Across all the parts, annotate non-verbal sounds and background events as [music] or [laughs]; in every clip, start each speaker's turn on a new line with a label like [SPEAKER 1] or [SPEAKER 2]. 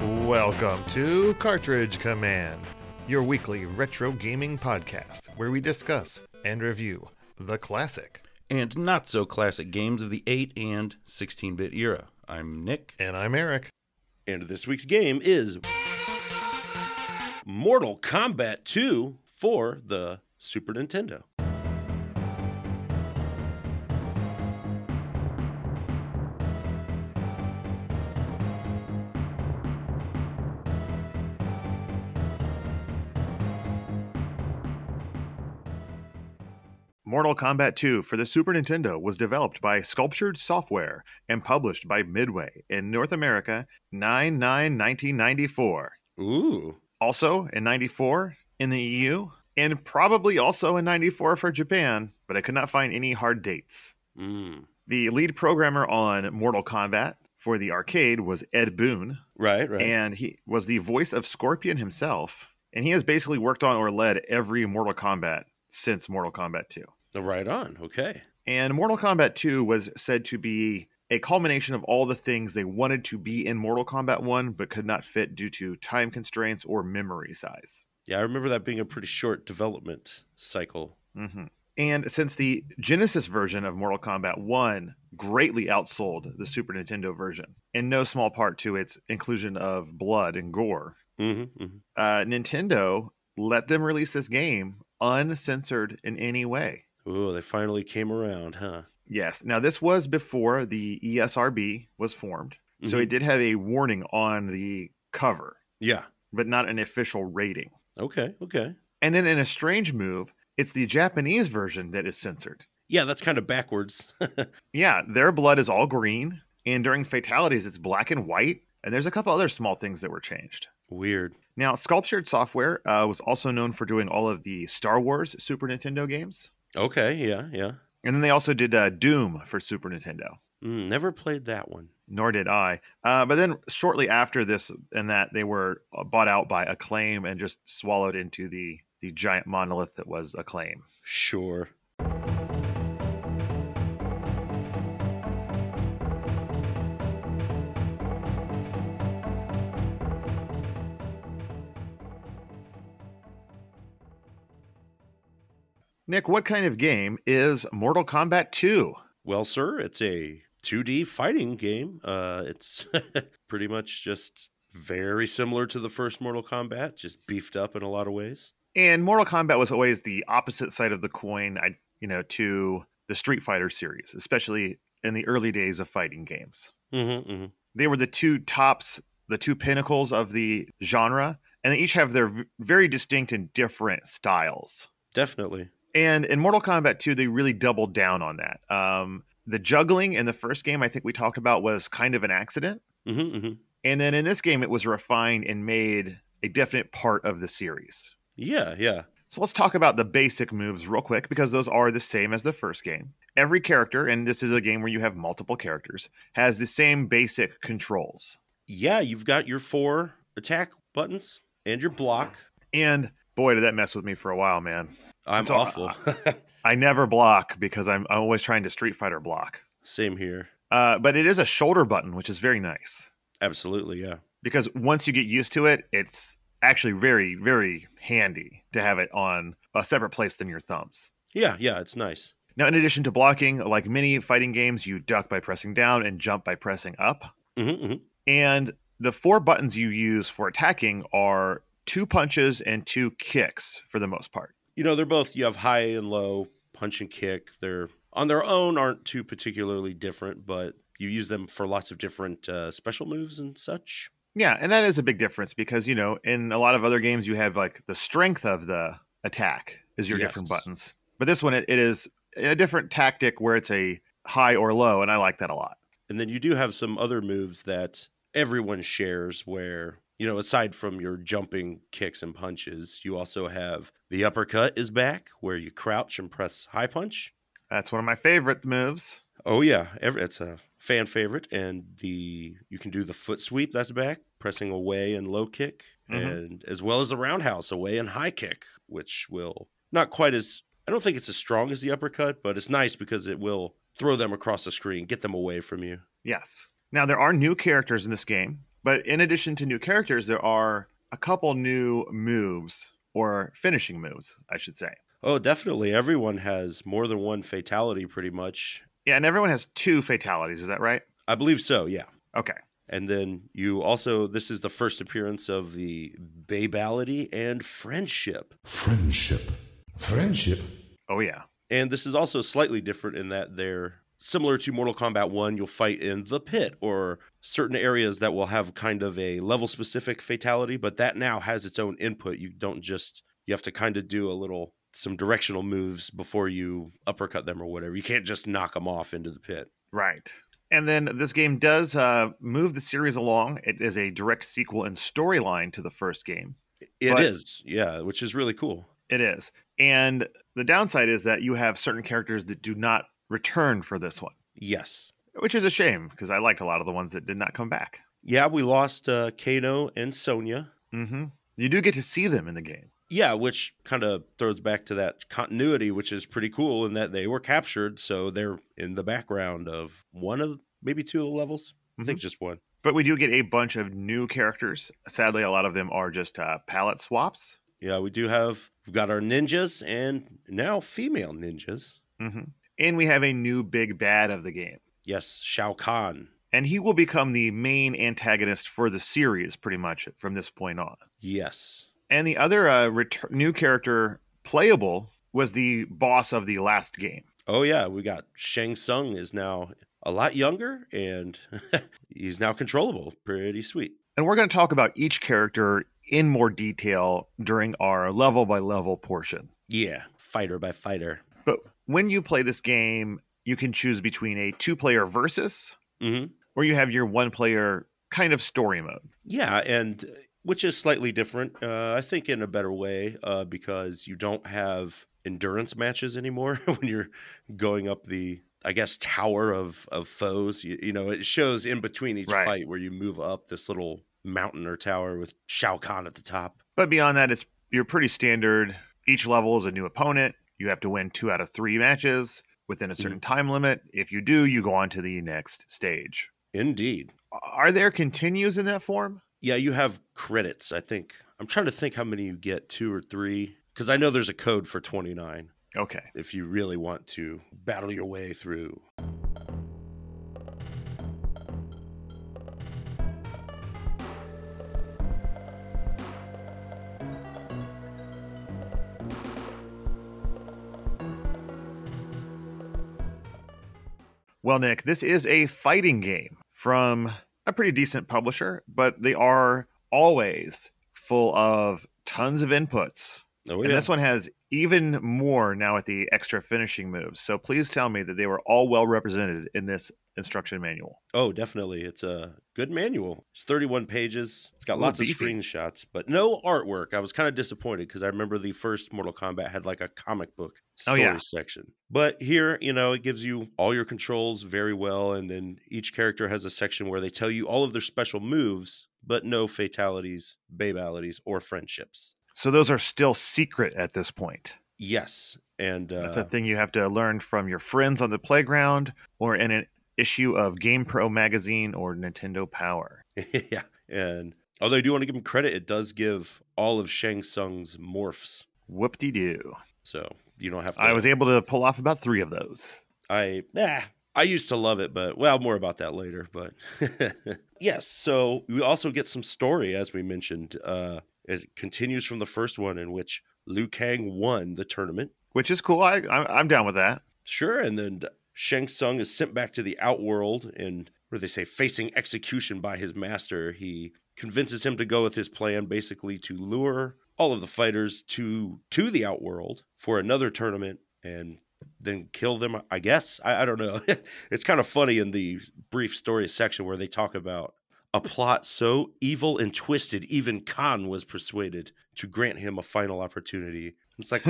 [SPEAKER 1] Welcome to Cartridge Command, your weekly retro gaming podcast where we discuss and review the classic.
[SPEAKER 2] and not so classic games of the 8 and 16 bit era. I'm Nick.
[SPEAKER 1] And I'm Eric.
[SPEAKER 3] And this week's game is Mortal Kombat 2 for the Super Nintendo.
[SPEAKER 1] Mortal Kombat 2 for the Super Nintendo was developed by Sculptured Software and published by Midway in North America 9 9 1994.
[SPEAKER 3] Ooh.
[SPEAKER 1] Also in 94 in the EU, and probably also in 94 for Japan, but I could not find any hard dates.
[SPEAKER 3] Mm.
[SPEAKER 1] The lead programmer on Mortal Kombat for the arcade was Ed Boon,
[SPEAKER 3] Right, right.
[SPEAKER 1] and he was the voice of Scorpion himself. And he has basically worked on or led every Mortal Kombat since Mortal Kombat 2.
[SPEAKER 3] Oh, right on. Okay.
[SPEAKER 1] And Mortal Kombat 2 was said to be a culmination of all the things they wanted to be in Mortal Kombat 1 but could not fit due to time constraints or memory size.
[SPEAKER 3] Yeah, I remember that being a pretty short development cycle.
[SPEAKER 1] hmm And since the Genesis version of Mortal Kombat 1 greatly outsold the Super Nintendo version, in no small part to its inclusion of blood and gore,
[SPEAKER 3] Mm-hmm,
[SPEAKER 1] uh, Nintendo let them release this game uncensored in any way.
[SPEAKER 3] Ooh, they finally came around, huh?
[SPEAKER 1] Yes. Now, this was before the E ESRB was formed. So
[SPEAKER 3] Mhm.
[SPEAKER 1] it did have a warning on the cover,
[SPEAKER 3] Yeah.
[SPEAKER 1] but not an official rating.
[SPEAKER 3] Okay, okay.
[SPEAKER 1] And then, in a strange move, it's the Japanese version that is censored.
[SPEAKER 3] Yeah, that's kind of backwards. [laughs]
[SPEAKER 1] Yeah, their blood is all green, and during fatalities, it's black and white. And there's a couple other small things that were changed.
[SPEAKER 3] Weird.
[SPEAKER 1] Now, Sculptured Software uh, was also known for doing all of the Star Wars Super Nintendo games.
[SPEAKER 3] Okay, yeah, yeah.
[SPEAKER 1] And then they also did uh, Doom for Super Nintendo.
[SPEAKER 3] Mm, never played that one.
[SPEAKER 1] Nor did I. Uh, but then shortly after this and that, they were uh, bought out by Acclaim and just swallowed into the the giant monolith that was Acclaim.
[SPEAKER 3] Sure.
[SPEAKER 1] Nick, what kind of game is Mortal Kombat 2?
[SPEAKER 3] Well, sir, it's a 2D fighting game. Uh, it's [laughs] pretty much just very similar to the first Mortal Kombat, just beefed up in a lot of ways.
[SPEAKER 1] And Mortal Kombat was always the opposite side of the coin, I you know, to the Street Fighter series, especially in the early days of fighting games.
[SPEAKER 3] Mm-hmm, mm-hmm.
[SPEAKER 1] They were the two tops, the two pinnacles of the genre, and they each have their v- very distinct and different styles.
[SPEAKER 3] Definitely.
[SPEAKER 1] And in Mortal Kombat 2, they really doubled down on that. Um, the juggling in the first game, I think we talked about, was kind of an accident.
[SPEAKER 3] Mm-hmm, mm-hmm.
[SPEAKER 1] And then in this game, it was refined and made a definite part of the series.
[SPEAKER 3] Yeah, yeah.
[SPEAKER 1] So let's talk about the basic moves real quick because those are the same as the first game. Every character, and this is a game where you have multiple characters, has the same basic controls.
[SPEAKER 3] Yeah, you've got your four attack buttons and your block.
[SPEAKER 1] And boy, did that mess with me for a while, man.
[SPEAKER 3] I'm
[SPEAKER 1] It's all-
[SPEAKER 3] awful.
[SPEAKER 1] I never block because I'm, I'm always trying to Street Fighter block.
[SPEAKER 3] [laughs] Same here.
[SPEAKER 1] Uh, but it is a shoulder button, which is very nice.
[SPEAKER 3] Absolutely, yeah.
[SPEAKER 1] because once you get used to it, it's actually very, very handy to have it on a separate place than your thumbs.
[SPEAKER 3] Yeah, yeah, it's nice.
[SPEAKER 1] Now, in addition to blocking, like many fighting games, you duck by pressing down and jump by pressing up.
[SPEAKER 3] Mm-hmm, mm-hmm.
[SPEAKER 1] And the four buttons you use for attacking are two punches and two kicks for the most part.
[SPEAKER 3] You know, they're both, you have high and low, punch and kick. They're on their own, aren't too particularly different, but you use them for lots of different uh, special moves and such.
[SPEAKER 1] Yeah, and that is a big difference because, you know, in a lot of other games, you have like the strength of the attack is your different
[SPEAKER 3] Yes.
[SPEAKER 1] buttons. But this one, it, it is a different tactic where it's a high or low, and I like that a lot.
[SPEAKER 3] And then you do have some other moves that everyone shares where, you know, aside from your jumping kicks and punches, you also have the uppercut is back where you crouch and press high punch.
[SPEAKER 1] That's one of my favorite moves.
[SPEAKER 3] Oh yeah, every, it's a fan favorite, and the you can do the foot sweep. That's back, pressing away and low kick,
[SPEAKER 1] Mhm.
[SPEAKER 3] and as well as the roundhouse away and high kick, which will not quite as I don't think it's as strong as the uppercut, but it's nice because it will throw them across the screen, get them away from you.
[SPEAKER 1] Yes. Now there are new characters in this game, But in addition to new characters, there are a couple new moves or finishing moves, I should say.
[SPEAKER 3] Oh, definitely. Everyone has more than one fatality, pretty much.
[SPEAKER 1] Yeah, and everyone has two fatalities. Is that right?
[SPEAKER 3] I believe so, yeah.
[SPEAKER 1] Okay.
[SPEAKER 3] And then you also, this is the first appearance of the Babality and Friendship.
[SPEAKER 4] Friendship. Friendship?
[SPEAKER 1] Oh, yeah.
[SPEAKER 3] And this is also slightly different in that they're similar to Mortal Kombat 1, you'll fight in the pit or certain areas that will have kind of a level specific fatality, but that now has its own input. You don't just, you have to kind of do a little, some directional moves before you uppercut them or whatever. You can't just knock them off into the pit.
[SPEAKER 1] Right. And then this game does uh, move the series along. It is a direct sequel and storyline to the first game.
[SPEAKER 3] It
[SPEAKER 1] But-
[SPEAKER 3] is, yeah, which is really cool.
[SPEAKER 1] It is. And the downside is that you have certain characters that do not return for this one,
[SPEAKER 3] Yes.
[SPEAKER 1] which is a shame because I liked a lot of the ones that did not come back.
[SPEAKER 3] Yeah, we lost uh, Kano and Sonya.
[SPEAKER 1] hmm You do get to see them in the game.
[SPEAKER 3] Yeah, which kind of throws back to that continuity, which is pretty cool in that they were captured, so they're in the background of one of maybe two of the levels. I think just one.
[SPEAKER 1] But we do get a bunch of new characters. Sadly, a lot of them are just uh, palette swaps.
[SPEAKER 3] Yeah, we do have we've got our ninjas and now female ninjas.
[SPEAKER 1] hmm And we have a new big bad of the game.
[SPEAKER 3] Yes, Shao Kahn.
[SPEAKER 1] And he will become the main antagonist for the series pretty much from this point on.
[SPEAKER 3] Yes.
[SPEAKER 1] And the other uh, ret- new character playable was the boss of the last game.
[SPEAKER 3] Oh yeah, we got Shang Tsung is now a lot younger and [laughs] he's now controllable. Pretty sweet.
[SPEAKER 1] And we're going to talk about each character in more detail during our level by level portion.
[SPEAKER 3] Yeah, fighter by fighter.
[SPEAKER 1] But when you play this game, you can choose between a two player versus,
[SPEAKER 3] hmm
[SPEAKER 1] or you have your one player kind of story mode.
[SPEAKER 3] Yeah, and uh, which is slightly different, uh, I think, in a better way uh, because you don't have endurance matches anymore [laughs] when you're going up the, I guess, tower of of foes. You, you know, it shows in between each
[SPEAKER 1] Right.
[SPEAKER 3] fight where you move up this little mountain or tower with Shao Kahn at the top.
[SPEAKER 1] But beyond that, it's you're pretty standard. Each level is a new opponent. You have to win two out of three matches within a certain time limit. If you do, you go on to the next stage.
[SPEAKER 3] Indeed.
[SPEAKER 1] Are there continues in that form?
[SPEAKER 3] Yeah, you have credits. I think I'm trying to think how many you get, two or three, because I know there's a code for 29.
[SPEAKER 1] Okay.
[SPEAKER 3] if you really want to battle your way through.
[SPEAKER 1] Well, Nick, this is a fighting game from a pretty decent publisher, but they are always full of tons of inputs.
[SPEAKER 3] Oh,
[SPEAKER 1] And this one has even more now at the extra finishing moves. So please tell me that they were all well represented in this instruction manual.
[SPEAKER 3] oh, definitely. It's a good manual. It's 31 pages. It's got
[SPEAKER 1] Ooh,
[SPEAKER 3] lots
[SPEAKER 1] beefy.
[SPEAKER 3] of screenshots, but no artwork. I was kind of disappointed because I remember the first Mortal Kombat had like a comic book
[SPEAKER 1] Oh,
[SPEAKER 3] story
[SPEAKER 1] yeah.
[SPEAKER 3] section. But here, you know, it gives you all your controls very well. And then each character has a section where they tell you all of their special moves, but no fatalities, babalities, or friendships.
[SPEAKER 1] So those are still secret at this point.
[SPEAKER 3] Yes. And uh,
[SPEAKER 1] That's a thing you have to learn from your friends on the playground or in an issue of GamePro magazine or Nintendo Power.
[SPEAKER 3] [laughs] yeah. And although I do want to give him credit, it does give all of Shang Tsung's morphs.
[SPEAKER 1] Whoop de doo.
[SPEAKER 3] So you don't have to.
[SPEAKER 1] I was able to pull off about three of those.
[SPEAKER 3] I, nah, I used to love it, but well, more about that later. But [laughs] yes. So we also get some story, as we mentioned. Uh, it continues from the first one in which Liu Kang won the tournament.
[SPEAKER 1] which is cool. I, I'm, I'm down with
[SPEAKER 3] [laughs]
[SPEAKER 1] that.
[SPEAKER 3] Sure. And then Shang Tsung is sent back to the outworld and, what do they say, facing execution by his master. He convinces him to go with his plan, basically to lure all of the fighters to to the outworld for another tournament and then kill them. I guess I, I don't know. [laughs] it's kind of funny in the brief story section where they talk about a plot so evil and twisted, even Khan was persuaded to grant him a final opportunity. It's like,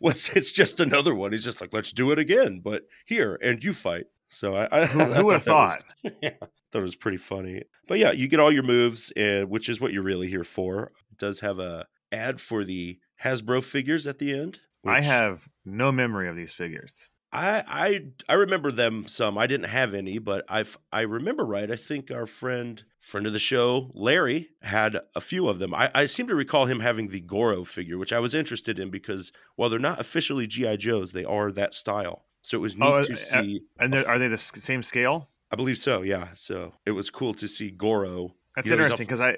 [SPEAKER 3] What's [laughs] it's just another one. He's just like, let's do it again, but here and you fight. So I, [laughs] I
[SPEAKER 1] Who- who would've
[SPEAKER 3] thought that was- yeah, thought it was pretty funny. But yeah, you get all your moves, and which is what you're really here for. It does have a ad for the Hasbro figures at the end.
[SPEAKER 1] I
[SPEAKER 3] which-
[SPEAKER 1] have no memory of these figures.
[SPEAKER 3] I I I remember them some. I didn't have any, but I I remember right. I think our friend friend of the show Larry had a few of them. I, I seem to recall him having the Goro figure, which I was interested in because while they're not officially GI Joes, they are that style. So it was neat
[SPEAKER 1] Oh, uh,
[SPEAKER 3] to see.
[SPEAKER 1] And they're- are they the s- same scale?
[SPEAKER 3] I believe so. Yeah. So it was cool to see Goro.
[SPEAKER 1] That's
[SPEAKER 3] Yeah, there's a
[SPEAKER 1] interesting because I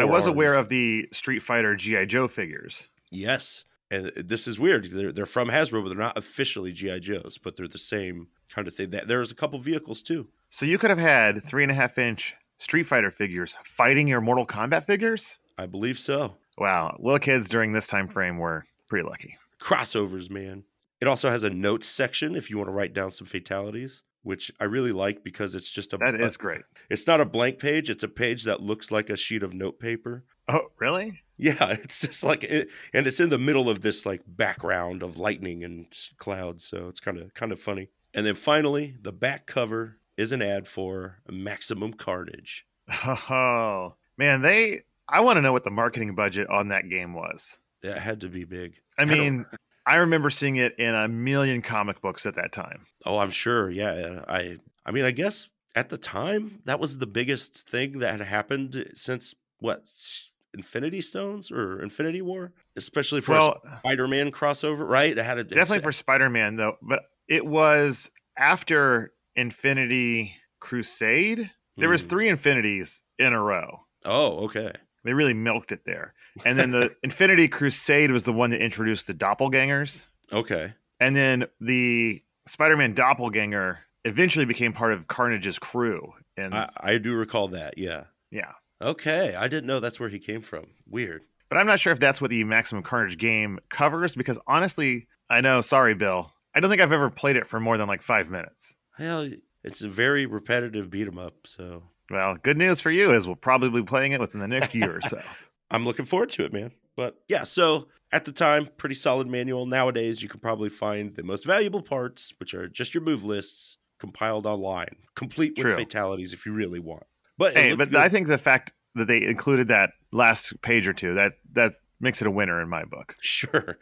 [SPEAKER 1] I was
[SPEAKER 3] forearm.
[SPEAKER 1] aware of the Street Fighter GI Joe figures.
[SPEAKER 3] Yes. And uh, this is weird. They're, they're from Hasbro, but they're not officially GI Joes, but they're the same kind of thing. That there's a couple vehicles too.
[SPEAKER 1] So you could have had three and a half inch Street Fighter figures fighting your Mortal Kombat figures.
[SPEAKER 3] I believe so.
[SPEAKER 1] Wow, little kids during this time frame were pretty lucky.
[SPEAKER 3] crossovers, man. It also has a notes section if you want to write down some fatalities, which I really like because it's just a
[SPEAKER 1] That is great.
[SPEAKER 3] it's not a blank page, it's a page that looks like a sheet of note paper. [laughs]
[SPEAKER 1] Oh, really? [laughs]
[SPEAKER 3] Yeah, it's just like it, and it's in the middle of this like background of lightning and s- clouds, so it's kind of kind of funny. And then finally, the back cover is an ad for Maximum Carnage.
[SPEAKER 1] Oh man, they. I want to know what the marketing budget on that game was.
[SPEAKER 3] That had to be big.
[SPEAKER 1] I
[SPEAKER 3] don't-
[SPEAKER 1] mean, I remember seeing it in a million comic books at that time.
[SPEAKER 3] Oh, I'm sure. Yeah. I I mean, I guess at the time that was the biggest thing that had happened since what s- Infinity Stones or Infinity War, especially for
[SPEAKER 1] well, uh
[SPEAKER 3] a Spider-Man crossover, right? It had a
[SPEAKER 1] definitely for Spider-Man though, but it was after Infinity Crusade. There was
[SPEAKER 3] Hmm.
[SPEAKER 1] three infinities in a row.
[SPEAKER 3] Oh, okay.
[SPEAKER 1] They really milked it there. And then
[SPEAKER 3] [laughs]
[SPEAKER 1] the Infinity Crusade was the one that introduced the doppelgangers.
[SPEAKER 3] Okay.
[SPEAKER 1] And then the Spider-Man doppelganger eventually became part of Carnage's crew. And
[SPEAKER 3] I, I do recall that. Yeah.
[SPEAKER 1] yeah.
[SPEAKER 3] Okay. I didn't know that's where he came from. Weird.
[SPEAKER 1] But I'm not sure if that's what the Maximum Carnage game covers because honestly, I know, sorry, Bill. I don't think I've ever played it for more than like five minutes.
[SPEAKER 3] Hell, it's a very repetitive beat 'em up, so
[SPEAKER 1] Well, good news for you is we'll probably be playing it within the next year or so.
[SPEAKER 3] I'm looking forward to it, man. But yeah, so at the time, pretty solid manual. Nowadays, you can probably find the most valuable parts, which are just your move lists compiled online, complete with
[SPEAKER 1] True.
[SPEAKER 3] fatalities if you really want. But [laughs] it
[SPEAKER 1] hey,
[SPEAKER 3] looked
[SPEAKER 1] but
[SPEAKER 3] good.
[SPEAKER 1] I think the fact that they included that last page or two that that makes it a winner in my book.
[SPEAKER 3] [laughs] sure.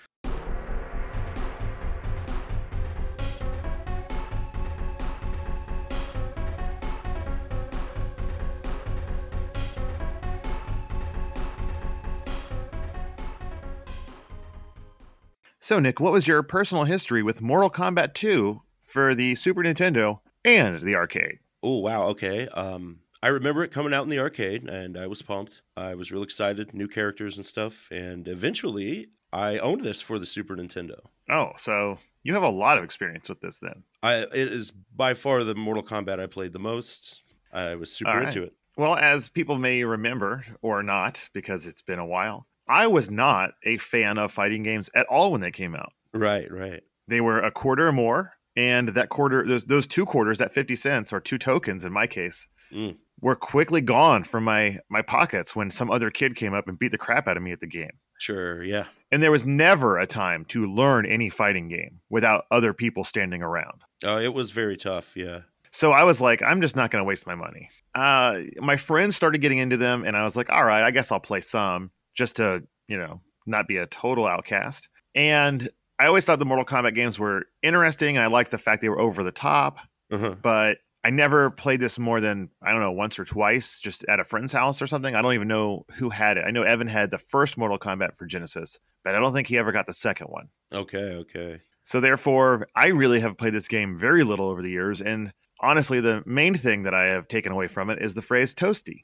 [SPEAKER 1] So, Nick, what was your personal history with Mortal Kombat 2 for the Super Nintendo and the arcade?
[SPEAKER 3] Oh wow, okay. Um, I remember it coming out in the arcade, and I was pumped. I was real excited, new characters and stuff. And eventually, I owned this for the Super Nintendo.
[SPEAKER 1] Oh, so you have a lot of experience with this then.
[SPEAKER 3] I it is by far the Mortal Kombat I played the most. I was super
[SPEAKER 1] All right.
[SPEAKER 3] into it.
[SPEAKER 1] Well, as people may remember or not, because it's been a while, I was not a fan of fighting games at all when they came out.
[SPEAKER 3] Right, right.
[SPEAKER 1] they were a quarter or more and that quarter those, those two quarters that 50 cents or two tokens in my case
[SPEAKER 3] Mm.
[SPEAKER 1] were quickly gone from my my pockets when some other kid came up and beat the crap out of me at the game
[SPEAKER 3] Sure, yeah.
[SPEAKER 1] and there was never a time to learn any fighting game without other people standing around
[SPEAKER 3] Oh, it was very tough. Yeah.
[SPEAKER 1] so i was like i'm just not going to waste my money uh, my friends started getting into them and i was like all right i guess i'll play some just to you know not be a total outcast and i always thought the mortal kombat games were interesting and i liked the fact they were over the top
[SPEAKER 3] Uh-huh.
[SPEAKER 1] but I never played this more than I don't know once or twice, just at a friend's house or something. I don't even know who had it. I know Evan had the first Mortal Kombat for Genesis, but I don't think he ever got the second one.
[SPEAKER 3] Okay, okay.
[SPEAKER 1] So therefore, I really have played this game very little over the years, and honestly, the main thing that I have taken away from it is the phrase "toasty."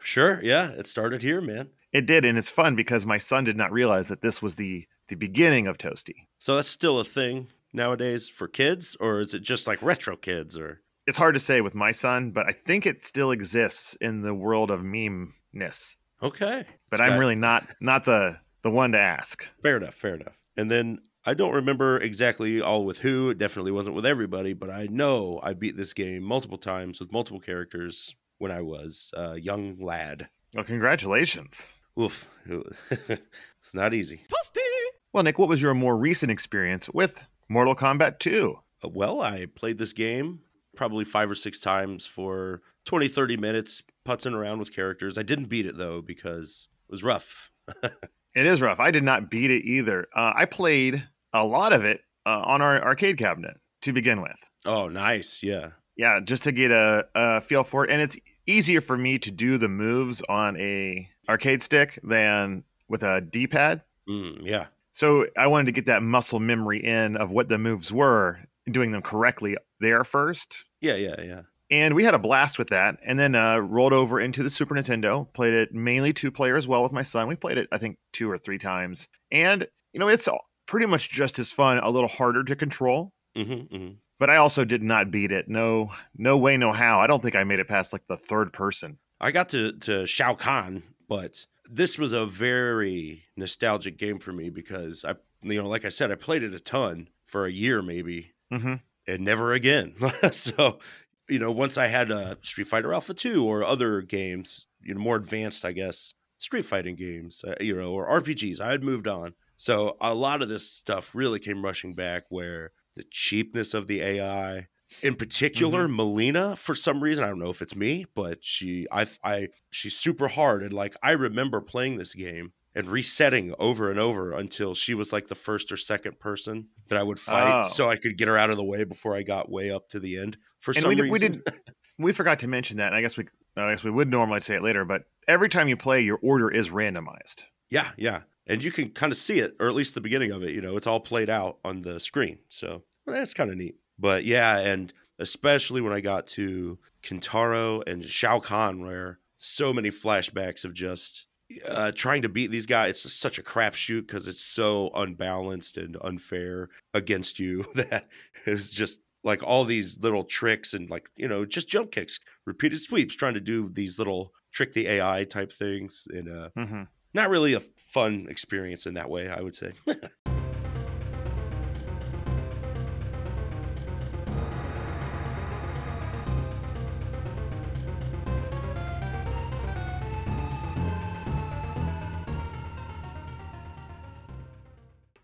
[SPEAKER 3] Sure, yeah. It started here, man.
[SPEAKER 1] It did, and it's fun because my son did not realize that this was the the beginning of toasty.
[SPEAKER 3] So that's still a thing nowadays for kids, or is it just like retro kids or
[SPEAKER 1] It's hard to say with my son, but I think it still exists in the world of meme ness.
[SPEAKER 3] Okay.
[SPEAKER 1] but
[SPEAKER 3] It's
[SPEAKER 1] I'm
[SPEAKER 3] got-
[SPEAKER 1] really not not the the one to ask.
[SPEAKER 3] fair enough, fair enough. And then I don't remember exactly all with who. It definitely wasn't with everybody, but I know I beat this game multiple times with multiple characters when I was a young lad.
[SPEAKER 1] Well, congratulations.
[SPEAKER 3] Oof. [laughs] it's not easy.
[SPEAKER 1] Well, Nick, what was your more recent experience with Mortal Kombat 2?
[SPEAKER 3] Uh, Well, I played this game probably five or six times for 20, 30 minutes, putzing around with characters. I didn't beat it though because it was rough.
[SPEAKER 1] It is rough. I did not beat it either. Uh, I played a lot of it uh, on our arcade cabinet to begin with.
[SPEAKER 3] Oh, nice. Yeah.
[SPEAKER 1] Yeah, just to get a, a feel for it, and it's easier for me to do the moves on a arcade stick than with a D pad.
[SPEAKER 3] Mm, yeah.
[SPEAKER 1] So I wanted to get that muscle memory in of what the moves were, doing them correctly there first.
[SPEAKER 3] Yeah. Yeah. Yeah.
[SPEAKER 1] And we had a blast with that, and then uh, rolled over into the Super Nintendo. Played it mainly two player as well with my son. We played it, I think, two or three times, and you know it's all- pretty much just as fun, a little harder to control.
[SPEAKER 3] Mm-hmm, mm-hmm.
[SPEAKER 1] But I also did not beat it. No, no way, no how. I don't think I made it past like the third person.
[SPEAKER 3] I got to to Shao Kahn, but this was a very nostalgic game for me because I, you know, like I said, I played it a ton for a year maybe,
[SPEAKER 1] Mm-hmm.
[SPEAKER 3] and never again. [laughs] so, you know, once I had uh, Street Fighter Alpha 2 or other games, you know, more advanced, I guess, street fighting games, uh, you know, or RPGs, I had moved on. So a lot of this stuff really came rushing back where the cheapness of the AI, in particular, Melina, for some reason, I don't know if it's me, but she, I, I, she's super hard. And like, I remember playing this game and resetting over and over until she was like the first or second person that I would fight.
[SPEAKER 1] Oh.
[SPEAKER 3] So I could get her out of the way before I got way up to the end. For
[SPEAKER 1] And
[SPEAKER 3] some
[SPEAKER 1] we, did-
[SPEAKER 3] reason,
[SPEAKER 1] we did. We forgot to mention that, and I guess we. I guess we would normally say it later, but every time you play, your order is randomized.
[SPEAKER 3] Yeah, yeah. And you can kind of see it, or at least the beginning of it. You know, it's all played out on the screen. So well, that's kind of neat. But yeah, and especially when I got to Kintaro and Shao Kahn, where so many flashbacks of just uh, trying to beat these guys. It's just such a crapshoot because it's so unbalanced and unfair against you [laughs] that it's just like all these little tricks and like you know just jump kicks, repeated sweeps, trying to do these little trick the AI type things and uh,
[SPEAKER 1] Mm-hmm.
[SPEAKER 3] not really a fun experience in that way, I
[SPEAKER 1] [laughs]
[SPEAKER 3] would say.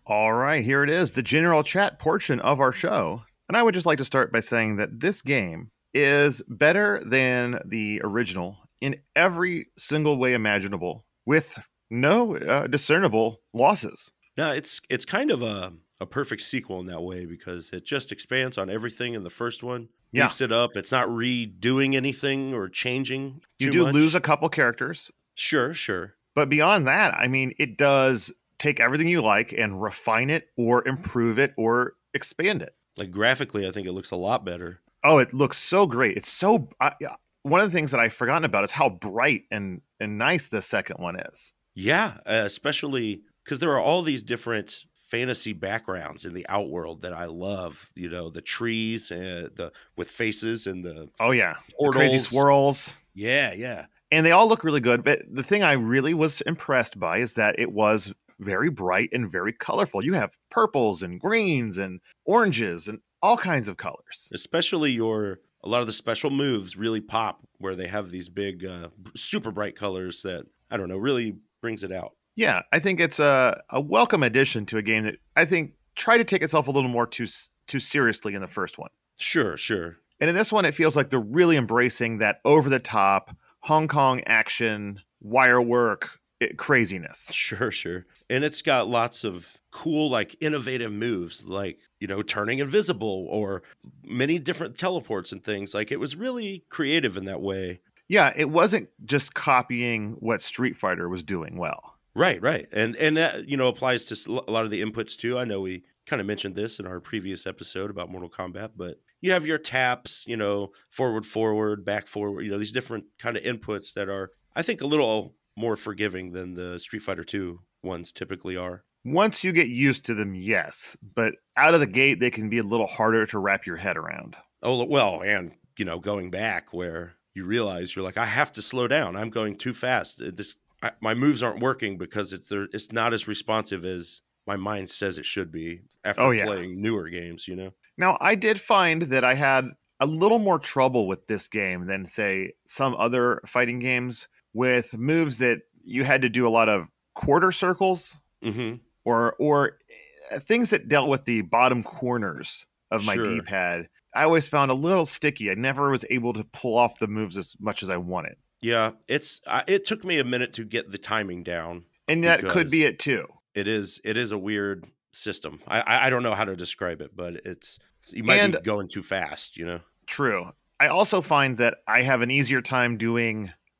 [SPEAKER 1] All right, here it is, the general chat portion of our show. And I would just like to start by saying that this game is better than the original in every single way imaginable, with no uh, discernible losses.
[SPEAKER 3] no, it's it's kind of a a perfect sequel in that way because it just expands on everything in the first one.
[SPEAKER 1] Yeah.
[SPEAKER 3] Beefs it up. It's not redoing anything or changing.
[SPEAKER 1] You
[SPEAKER 3] too
[SPEAKER 1] do
[SPEAKER 3] much.
[SPEAKER 1] lose a couple characters,
[SPEAKER 3] Sure, sure.
[SPEAKER 1] but beyond that, I mean, it does take everything you like and refine it or improve it or expand it.
[SPEAKER 3] Like graphically, I think it looks a lot better.
[SPEAKER 1] Oh, it looks so great. It's so I, I- one of the things that I've forgotten about is how bright and and nice the second one is.
[SPEAKER 3] Yeah, uh, especially because there are all these different fantasy backgrounds in the outworld that I love. You know, the trees and the with faces and the
[SPEAKER 1] Oh yeah. The crazy
[SPEAKER 3] portals.
[SPEAKER 1] swirls.
[SPEAKER 3] Yeah, yeah.
[SPEAKER 1] And they all look really good, but the thing I really was impressed by is that it was very bright and very colorful. You have purples and greens and oranges and all kinds of colors.
[SPEAKER 3] especially your a lot of the special moves really pop where they have these big uh, b- super bright colors that i don't know really brings it out
[SPEAKER 1] Yeah, I think it's a, a welcome addition to a game that I think tried to take itself a little more too s- too seriously in the first one.
[SPEAKER 3] sure sure [laughs]
[SPEAKER 1] And in this one, it feels like they're really embracing that over the top Hong Kong action, wire work it, craziness.
[SPEAKER 3] sure sure and it's got lots of cool like innovative moves like you know turning invisible or many different teleports and things like it was really creative in that way
[SPEAKER 1] Yeah, it wasn't just copying what Street Fighter was doing well.
[SPEAKER 3] Right, right, and and that you know applies to s- a lot of the inputs too. I know we kind of mentioned this in our previous episode about Mortal Kombat, but you have your taps, you know, forward, forward, back, forward. You know these different kind of inputs that are, I think, a little more forgiving than the Street Fighter Two ones typically are.
[SPEAKER 1] Once you get used to them, yes, but out of the gate, they can be a little harder to wrap your head around.
[SPEAKER 3] Oh well, and you know, going back where you realize you're like, I have to slow down. I'm going too fast. Uh, This I, my moves aren't working because it's they're- it's not as responsive as my mind says it should be after
[SPEAKER 1] Oh, yeah.
[SPEAKER 3] playing newer games. You know.
[SPEAKER 1] Now, I did find that I had a little more trouble with this game than, say, some other fighting games with moves that you had to do a lot of quarter circles
[SPEAKER 3] Mm-hmm.
[SPEAKER 1] or or uh, things that dealt with the bottom corners of my
[SPEAKER 3] Sure.
[SPEAKER 1] d-pad i always found a little sticky i never was able to pull off the moves as much as i wanted
[SPEAKER 3] Yeah, it's I, it took me a minute to get the timing down.
[SPEAKER 1] and that could
[SPEAKER 3] Because-
[SPEAKER 1] be it too
[SPEAKER 3] It is it is a weird system. I- I I don't know how to describe it, but it's you might be
[SPEAKER 1] And-
[SPEAKER 3] going too fast. You know,
[SPEAKER 1] True. I also find that I have an easier time doing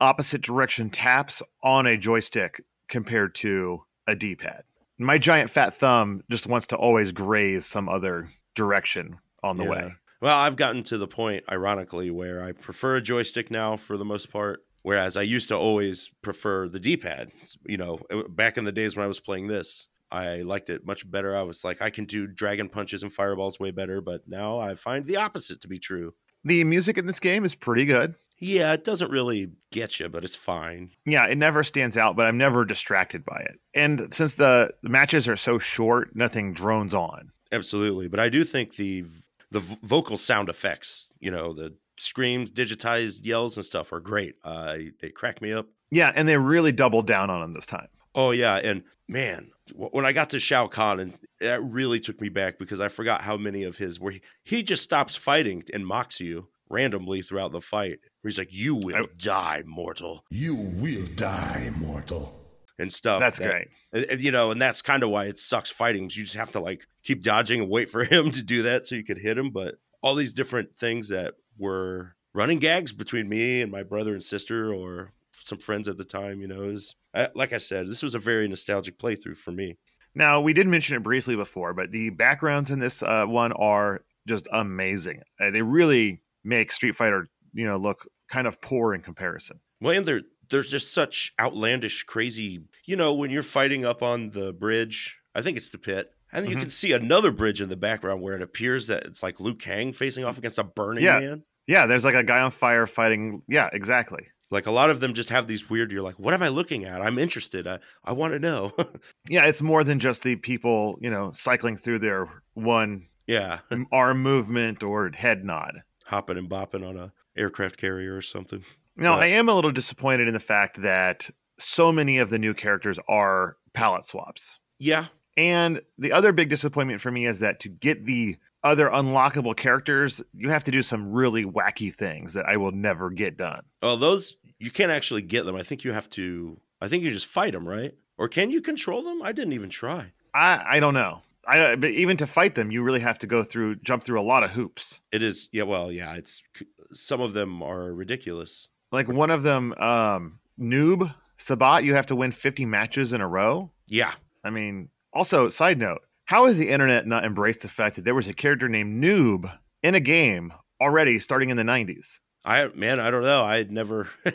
[SPEAKER 1] opposite direction taps on a joystick compared to a D pad. My giant fat thumb just wants to always graze some other direction on the
[SPEAKER 3] Yeah.
[SPEAKER 1] way.
[SPEAKER 3] Well, I've gotten to the point, ironically, where I prefer a joystick now for the most part, whereas I used to always prefer the D pad. You know, back in the days when I was playing this, I liked it much better. I was like, I can do dragon punches and fireballs way better, but now I find the opposite to be true.
[SPEAKER 1] The music in this game is pretty good.
[SPEAKER 3] Yeah, it doesn't really get you, but it's fine.
[SPEAKER 1] Yeah, it never stands out, but I'm never distracted by it. And since the the matches are so short, nothing drones on.
[SPEAKER 3] Absolutely, but I do think the the v- vocal sound effects, you know, the screams, digitized yells and stuff are great. Uh, they crack me up.
[SPEAKER 1] Yeah, and they really doubled down on them this time.
[SPEAKER 3] Oh yeah, and man, wh- when I got to Shao Kahn, and that really took me back because I forgot how many of his where he, he just stops fighting and mocks you randomly throughout the fight. Where he's like, "You will
[SPEAKER 1] I-
[SPEAKER 3] die, mortal,"
[SPEAKER 4] You will die, mortal.
[SPEAKER 3] and stuff.
[SPEAKER 1] That's
[SPEAKER 3] Oh, that-
[SPEAKER 1] great.
[SPEAKER 3] and- and, you know, and that's kind of why it sucks fighting. 'cause You just have to like keep dodging and wait [laughs] for him to do that so you could hit him. But all these different things that were running gags between me and my brother and sister or some friends at the time, you know, is I, like I said, this was a very nostalgic playthrough for me.
[SPEAKER 1] Now, we did mention it briefly before, but the backgrounds in this uh, one are just amazing. Uh, they really make Street Fighter, you know, look kind of poor in comparison.
[SPEAKER 3] Well, and there there's just such outlandish, crazy. You know, when you're fighting up on the bridge, I think it's the pit, and you
[SPEAKER 1] Mhm.
[SPEAKER 3] can see another bridge in the background where it appears that it's like Liu Kang facing off against a burning
[SPEAKER 1] Yeah.
[SPEAKER 3] man.
[SPEAKER 1] Yeah, there's like a guy on fire fighting. Yeah, exactly.
[SPEAKER 3] Like a lot of them just have these weird. You're like, what am I looking at? I'm interested. I I want to know. [laughs]
[SPEAKER 1] Yeah, it's more than just the people, you know, cycling through their one
[SPEAKER 3] yeah,
[SPEAKER 1] arm movement or head nod.
[SPEAKER 3] hopping and bopping on a aircraft carrier or something.
[SPEAKER 1] Now,
[SPEAKER 3] Right.
[SPEAKER 1] I am a little disappointed in the fact that so many of the new characters are palette swaps.
[SPEAKER 3] Yeah,
[SPEAKER 1] And the other big disappointment for me is that to get the other unlockable characters, you have to do some really wacky things that I will never get done.
[SPEAKER 3] Oh, those you can't actually get them. I think you have to. I think you just fight them, right? Or can you control them? I didn't even try.
[SPEAKER 1] I, I don't know. I but even to fight them, you really have to go through jump through a lot of hoops.
[SPEAKER 3] It is. Yeah. Well, yeah. It's some of them are ridiculous.
[SPEAKER 1] Like one of them, um, noob Sabat, you have to win 50 matches in a row.
[SPEAKER 3] Yeah.
[SPEAKER 1] I mean, also side note, how has the internet not embraced the fact that there was a character named Noob in a game already starting in the 90s?
[SPEAKER 3] I man, I don't know. I had never. [laughs]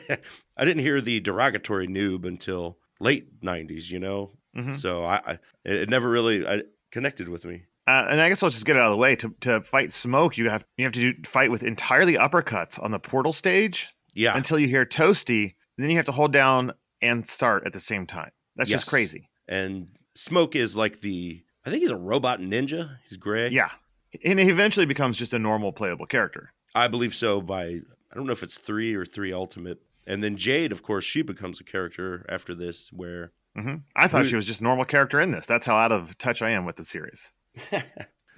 [SPEAKER 3] I didn't hear the derogatory noob until late '90s. You know,
[SPEAKER 1] Mhm.
[SPEAKER 3] so I, I it it never really I, connected with me.
[SPEAKER 1] Uh, and I guess I'll just get it out of the way. To, to fight smoke, you have you have to do, fight with entirely uppercuts on the portal stage
[SPEAKER 3] Yeah.
[SPEAKER 1] until you hear toasty, and then you have to hold down and start at the same time. That's just
[SPEAKER 3] Yes.
[SPEAKER 1] crazy.
[SPEAKER 3] and Smoke is like the. I think he's a robot ninja. He's gray.
[SPEAKER 1] Yeah, and he eventually becomes just a normal playable character.
[SPEAKER 3] I believe so. By I don't know if it's three or three ultimate. And then Jade, of course, she becomes a character after this, where
[SPEAKER 1] hmm I thought
[SPEAKER 3] Who-
[SPEAKER 1] she was just a normal character in this. That's how out of touch I am with the
[SPEAKER 3] [laughs]
[SPEAKER 1] series.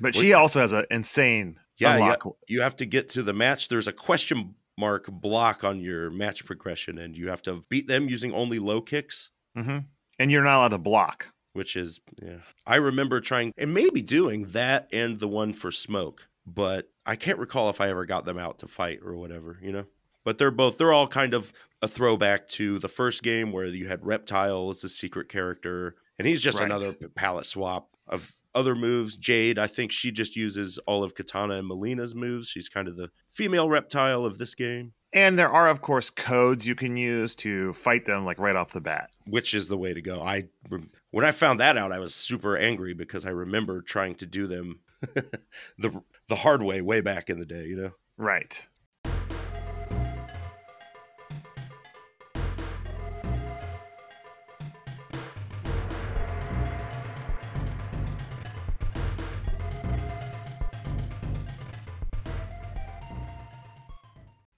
[SPEAKER 1] But she
[SPEAKER 3] What-
[SPEAKER 1] also has an insane
[SPEAKER 3] Yeah, yeah.
[SPEAKER 1] unlock.
[SPEAKER 3] you have to get to the match. There's a question mark block on your match progression, and you have to beat them using only low kicks,
[SPEAKER 1] hmm And you're not allowed to block.
[SPEAKER 3] which is yeah. I remember trying and maybe doing that and the one for smoke, but I can't recall if I ever got them out to fight or whatever, you know. But they're both they're all kind of a throwback to the first game where you had Reptile as the secret character, and he's just
[SPEAKER 1] Right.
[SPEAKER 3] another p- palette swap of other moves. Jade, I think she just uses all of Katana and Melina's moves. She's kind of the female reptile of this game.
[SPEAKER 1] And there are, of course, codes you can use to fight them, like right off the bat.
[SPEAKER 3] which is the way to go. I rem- when I found that out, I was super angry because I remember trying to do them [laughs] the the hard way way back in the day. You know,
[SPEAKER 1] Right.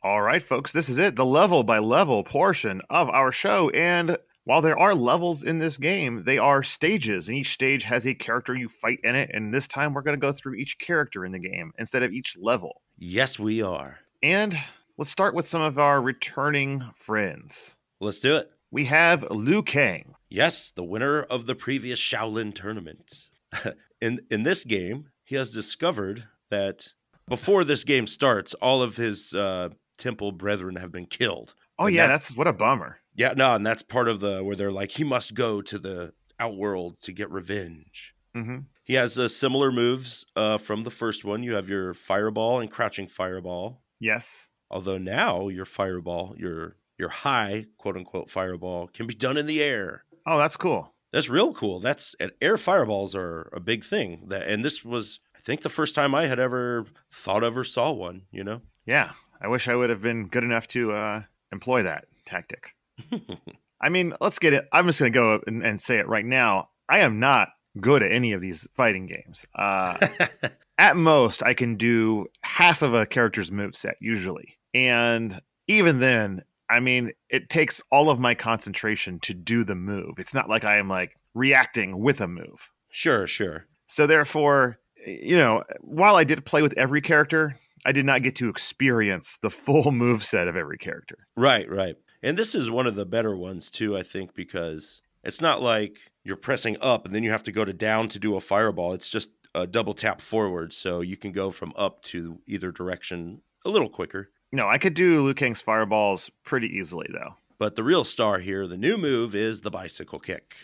[SPEAKER 1] All right, folks, this is it the level by level portion of our show. And while there are levels in this game, they are stages, and each stage has a character you fight in it. And this time we're going to go through each character in the game instead of each level.
[SPEAKER 3] yes, we are.
[SPEAKER 1] And let's start with some of our returning friends.
[SPEAKER 3] Let's do it.
[SPEAKER 1] We have Liu Kang.
[SPEAKER 3] Yes, the winner of the previous Shaolin tournament. [laughs] in in this game, he has discovered that before this game starts, all of his uh, temple brethren have been killed.
[SPEAKER 1] Oh
[SPEAKER 3] And
[SPEAKER 1] yeah,
[SPEAKER 3] that's-
[SPEAKER 1] that's, what a bummer.
[SPEAKER 3] Yeah, no, and that's part of the where they're like he must go to the outworld to get revenge.
[SPEAKER 1] hmm
[SPEAKER 3] He has uh, similar moves uh, from the first one. You have your fireball and crouching fireball.
[SPEAKER 1] Yes.
[SPEAKER 3] Although now your fireball, your your high quote unquote fireball, can be done in the air.
[SPEAKER 1] Oh, that's cool.
[SPEAKER 3] That's real cool. That's and air fireballs are a big thing. That and this was, I think, the first time I had ever thought of or saw one. You know,
[SPEAKER 1] Yeah, I wish I would have been good enough to uh, employ that tactic. I mean, let's get it. I'm just going to go and, and say it right now. I am not good at any of these fighting games. Uh, at most i can do half of a character's moveset usually and even then i mean it takes all of my concentration to do the move it's not like i am like reacting with a move
[SPEAKER 3] sure, sure.
[SPEAKER 1] so therefore you know while i did play with every character i did not get to experience the full [laughs] move set of every character
[SPEAKER 3] Right, right. And this is one of the better ones too, I think, because it's not like you're pressing up and then you have to go to down to do a fireball. It's just a double tap forward, so you can go from up to either direction a little quicker.
[SPEAKER 1] no i could do liu kang's fireballs pretty easily though
[SPEAKER 3] But the real star here, the new move is the bicycle kick,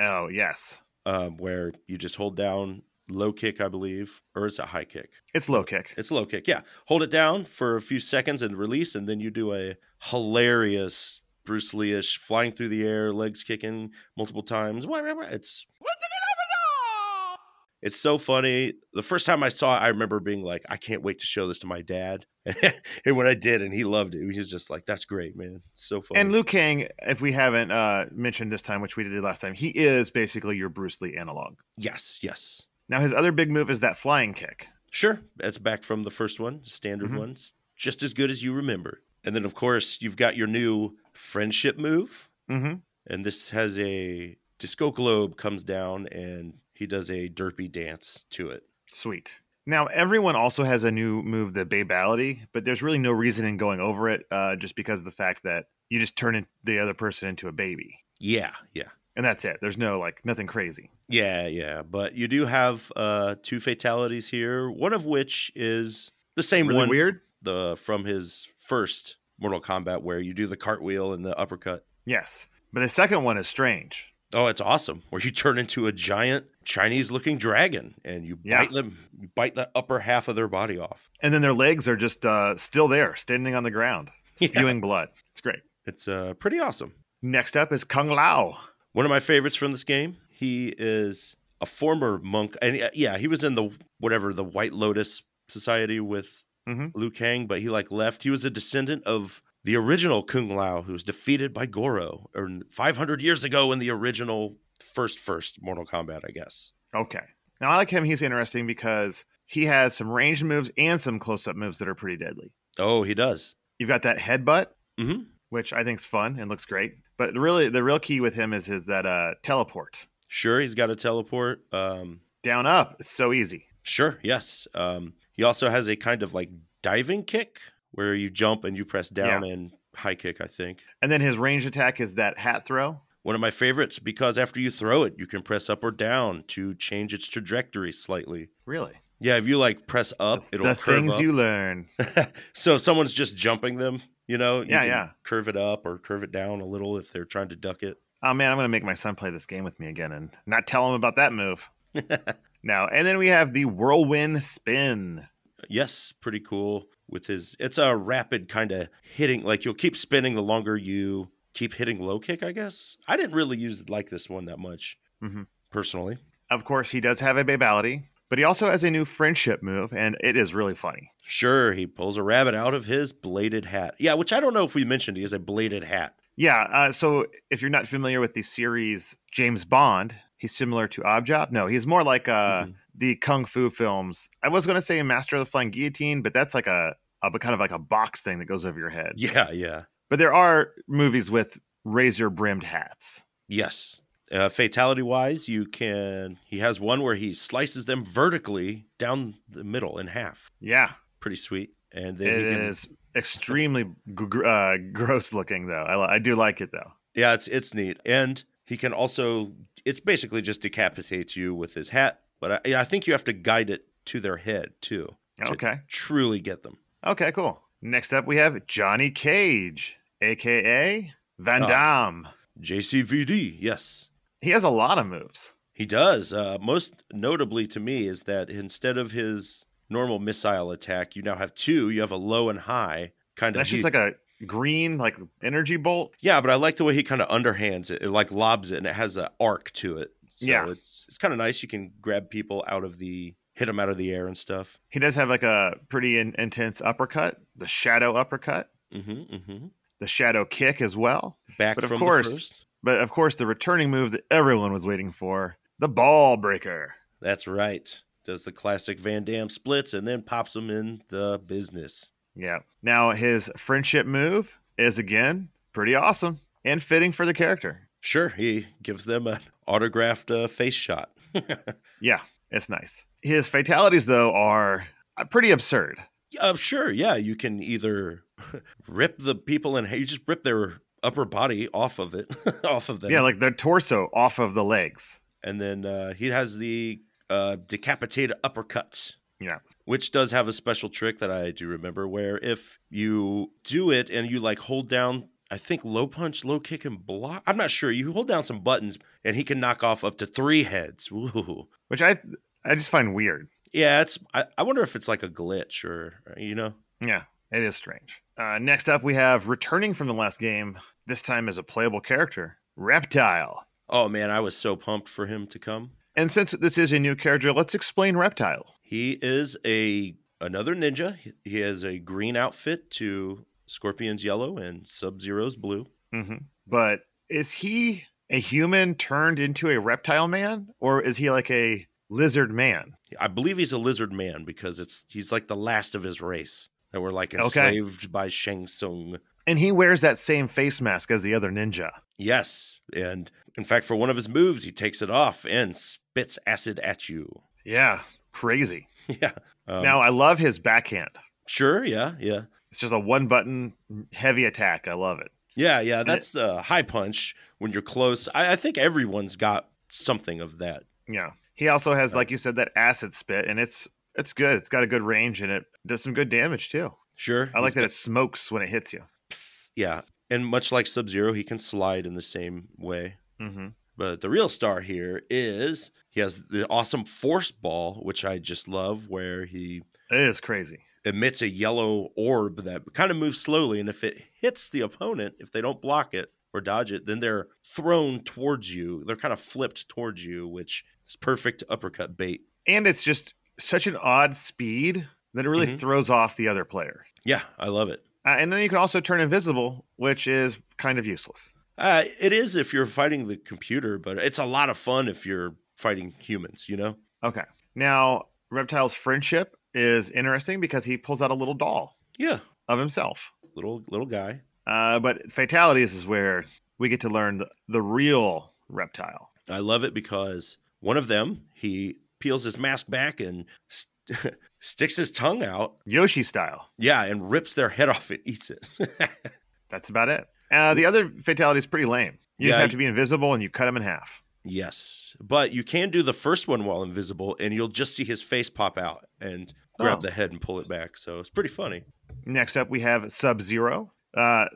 [SPEAKER 1] oh yes
[SPEAKER 3] um, where you just hold down low kick, I believe, or is it high kick?
[SPEAKER 1] it's low kick
[SPEAKER 3] It's low kick. Yeah. Hold it down for a few seconds and release, and then you do a hilarious Bruce Lee ish flying through the air, legs kicking multiple times. Wah, wah, wah. It's it's so funny. The first time I saw it, I remember being like, I can't wait to show this to my dad. [laughs] and when I did, and he loved it, he was just like, That's great, man. It's so funny.
[SPEAKER 1] And Liu Kang, if we haven't uh, mentioned this time, which we did last time, he is basically your Bruce Lee analog.
[SPEAKER 3] yes, yes.
[SPEAKER 1] Now, his other big move is that flying kick.
[SPEAKER 3] Sure. That's back from the first one, standard
[SPEAKER 1] Mhm.
[SPEAKER 3] ones, just as good as you remember. And then, of course, you've got your new friendship move.
[SPEAKER 1] Mm-hmm.
[SPEAKER 3] and this has a disco globe comes down and he does a derpy dance to it
[SPEAKER 1] Sweet. Now, everyone also has a new move, the Babality, but there's really no reason in going over it uh, just because of the fact that you just turn in- the other person into a baby.
[SPEAKER 3] yeah yeah
[SPEAKER 1] And that's it. There's no, like, nothing crazy.
[SPEAKER 3] yeah yeah but you do have uh two fatalities here one of which is the same
[SPEAKER 1] Really
[SPEAKER 3] one
[SPEAKER 1] weird?
[SPEAKER 3] the from his first mortal kombat where you do the cartwheel and the uppercut
[SPEAKER 1] Yes. But the second one is strange.
[SPEAKER 3] oh it's awesome where you turn into a giant chinese looking dragon and you
[SPEAKER 1] Yeah.
[SPEAKER 3] bite them you bite the upper half of their body off
[SPEAKER 1] And then their legs are just uh, still there, standing on the ground,
[SPEAKER 3] [laughs] Yeah.
[SPEAKER 1] spewing blood. It's great.
[SPEAKER 3] it's uh pretty awesome
[SPEAKER 1] Next up is Kung Lao.
[SPEAKER 3] One of my favorites from this game. He is a former monk, and uh, yeah, he was in the whatever the White Lotus Society with
[SPEAKER 1] Mhm.
[SPEAKER 3] Liu Kang, but he like left. He was a descendant of the original Kung Lao, who was defeated by Goro, or 500 years ago in the original first first Mortal Kombat, I guess.
[SPEAKER 1] Okay. Now I like him. He's interesting because he has some ranged moves and some close-up moves that are pretty deadly.
[SPEAKER 3] Oh, he does.
[SPEAKER 1] You've got that headbutt,
[SPEAKER 3] Mhm.
[SPEAKER 1] which I think's fun and looks great. But really, the real key with him is is that uh, teleport
[SPEAKER 3] Sure, he's got a teleport. Um,
[SPEAKER 1] down up. It's so easy.
[SPEAKER 3] Sure. Yes. Um, he also has a kind of like diving kick where you jump and you press down and high kick. I think
[SPEAKER 1] And then his range attack is that hat throw.
[SPEAKER 3] one of my favorites because after you throw it, you can press up or down to change its trajectory slightly.
[SPEAKER 1] Really,
[SPEAKER 3] Yeah, if you like press up, it'll
[SPEAKER 1] the
[SPEAKER 3] curve
[SPEAKER 1] things
[SPEAKER 3] up.
[SPEAKER 1] you learn.
[SPEAKER 3] so if someone's just jumping them, you know, you
[SPEAKER 1] Yeah,
[SPEAKER 3] can
[SPEAKER 1] yeah.
[SPEAKER 3] curve it up or curve it down a little if they're trying to duck it.
[SPEAKER 1] Oh man, I'm gonna make my son play this game with me again and not tell him about that
[SPEAKER 3] [laughs]
[SPEAKER 1] move. now and then we have the whirlwind spin.
[SPEAKER 3] Yes, pretty cool with his it's a rapid kind of hitting like you'll keep spinning the longer you keep hitting low kick, I guess. I didn't really use like this one that much
[SPEAKER 1] Mhm.
[SPEAKER 3] personally.
[SPEAKER 1] Of course, he does have a babality, but he also has a new friendship move, and it is really funny.
[SPEAKER 3] Sure, he pulls a rabbit out of his bladed hat. Yeah, which I don't know if we mentioned he has a bladed hat.
[SPEAKER 1] Yeah. Uh, so if you're not familiar with the series James Bond, he's similar to Objob. No, he's more like uh,
[SPEAKER 3] Mhm.
[SPEAKER 1] the Kung Fu films. I was going to say Master of the Flying Guillotine, but that's like a, a but kind of like a box thing that goes over your head.
[SPEAKER 3] Yeah, yeah.
[SPEAKER 1] But there are movies with razor brimmed hats.
[SPEAKER 3] Yes. Uh, fatality wise, you can he has one where he slices them vertically down the middle in half.
[SPEAKER 1] Yeah.
[SPEAKER 3] Pretty sweet. And
[SPEAKER 1] It
[SPEAKER 3] then he can
[SPEAKER 1] is extremely g- gr- uh, gross looking, though. I, li- I do like it, though.
[SPEAKER 3] Yeah, it's it's neat. And he can also it's basically just decapitates you with his hat, But I, I think you have to guide it to their head too. to
[SPEAKER 1] Okay.
[SPEAKER 3] Truly get them.
[SPEAKER 1] Okay, cool. Next up, we have Johnny Cage, aka Van
[SPEAKER 3] Oh.
[SPEAKER 1] Damme.
[SPEAKER 3] JCVD, yes.
[SPEAKER 1] He has a lot of moves.
[SPEAKER 3] He does. Uh, most notably to me is that instead of his normal missile attack, you now have two. You have a low and high kind of.
[SPEAKER 1] That's just
[SPEAKER 3] he-
[SPEAKER 1] like a green, like energy bolt.
[SPEAKER 3] yeah, but I like the way he kind of underhands it. It like lobs it, and it has an arc to it. So
[SPEAKER 1] Yeah.
[SPEAKER 3] it's it's kind of nice. You can grab people out of the hit them out of the air and stuff.
[SPEAKER 1] He does have like a pretty in- intense uppercut, the shadow uppercut,
[SPEAKER 3] Mm-hmm, mm-hmm.
[SPEAKER 1] the shadow kick as well.
[SPEAKER 3] Back
[SPEAKER 1] But of
[SPEAKER 3] from
[SPEAKER 1] course-
[SPEAKER 3] the first.
[SPEAKER 1] But of course, the returning move that everyone was waiting for, the ball breaker.
[SPEAKER 3] That's right. Does the classic Van Dam splits and then pops them in the business.
[SPEAKER 1] Yeah. Now, his friendship move is again pretty awesome and fitting for the character.
[SPEAKER 3] Sure, he gives them an autographed uh, face shot. [laughs]
[SPEAKER 1] Yeah, it's nice. His fatalities, though, are uh, pretty absurd.
[SPEAKER 3] Uh, sure, yeah. You can either [laughs] rip the people and you just rip their upper body off of it, [laughs] off of them.
[SPEAKER 1] Yeah, like their torso off of the legs.
[SPEAKER 3] and then uh, he has the uh, decapitated uppercut.
[SPEAKER 1] Yeah.
[SPEAKER 3] Which does have a special trick that I do remember where if you do it and you like hold down, I think low punch, low kick, and block. I'm not sure. You hold down some buttons and he can knock off up to three heads. Woo.
[SPEAKER 1] which I I just find weird.
[SPEAKER 3] Yeah, it's. I, I wonder if it's like a glitch or, uh, you know.
[SPEAKER 1] Yeah, it is strange. Uh, next up, we have returning from the last game. This time as a playable character, Reptile.
[SPEAKER 3] Oh man, I was so pumped for him to come.
[SPEAKER 1] And since this is a new character, let's explain Reptile.
[SPEAKER 3] He is a another ninja. He- He has a green outfit to Scorpion's yellow and Sub Zero's blue.
[SPEAKER 1] Mm-hmm. But is he a human turned into a reptile man, or is he like a lizard man?
[SPEAKER 3] I believe he's a lizard man because it's he's like the last of his race that were like
[SPEAKER 1] Okay.
[SPEAKER 3] enslaved by Shang Tsung.
[SPEAKER 1] And he wears that same face mask as the other ninja.
[SPEAKER 3] Yes, and in fact, for one of his moves, he takes it off and spits acid at you. [laughs]
[SPEAKER 1] Yeah, crazy.
[SPEAKER 3] Yeah. Um,
[SPEAKER 1] now I love his backhand.
[SPEAKER 3] sure. Yeah. Yeah.
[SPEAKER 1] It's just a one button heavy attack. I love it.
[SPEAKER 3] Yeah, yeah,
[SPEAKER 1] it-
[SPEAKER 3] that's a high punch when you're close. I, I think everyone's got something of that.
[SPEAKER 1] Yeah. He also has, like you said, that acid spit, and it's it's good. It's got a good range, and it does some good damage too.
[SPEAKER 3] Sure,
[SPEAKER 1] I like
[SPEAKER 3] he's
[SPEAKER 1] that it smokes when it hits you.
[SPEAKER 3] got- Yeah, and much like Sub Zero, he can slide in the same way.
[SPEAKER 1] Mm-hmm.
[SPEAKER 3] But the real star here is he has the awesome force ball, which I just love, where he
[SPEAKER 1] It is crazy.
[SPEAKER 3] emits a yellow orb that kind of moves slowly, and if it hits the opponent, if they don't block it or dodge it, then they're thrown towards you. They're kind of flipped towards you, which is perfect uppercut bait.
[SPEAKER 1] And it's just such an odd speed that it really
[SPEAKER 3] Mhm.
[SPEAKER 1] throws off the other player.
[SPEAKER 3] Yeah, I love it.
[SPEAKER 1] Uh, and then you can also turn invisible, which is kind of useless.
[SPEAKER 3] Uh, it is if you're fighting the computer, but it's a lot of fun if you're fighting humans, you know?
[SPEAKER 1] Okay. Now, Reptile's friendship is interesting because he pulls out a little doll
[SPEAKER 3] Yeah.
[SPEAKER 1] of himself.
[SPEAKER 3] Little little guy.
[SPEAKER 1] Uh, but fatalities is where we get to learn the, the real reptile.
[SPEAKER 3] I love it because one of them, he peels his mask back and st- [laughs] sticks his tongue out.
[SPEAKER 1] Yoshi style.
[SPEAKER 3] Yeah, and rips their head off and eats it. [laughs]
[SPEAKER 1] That's about it. Uh, the other fatality is pretty lame. You just
[SPEAKER 3] Yeah,
[SPEAKER 1] have
[SPEAKER 3] I-
[SPEAKER 1] to be invisible and you cut him in half.
[SPEAKER 3] yes. But you can do the first one while invisible and you'll just see his face pop out and grab
[SPEAKER 1] Oh.
[SPEAKER 3] the head and pull it back. So it's pretty funny.
[SPEAKER 1] Next up, we have Sub Zero, uh,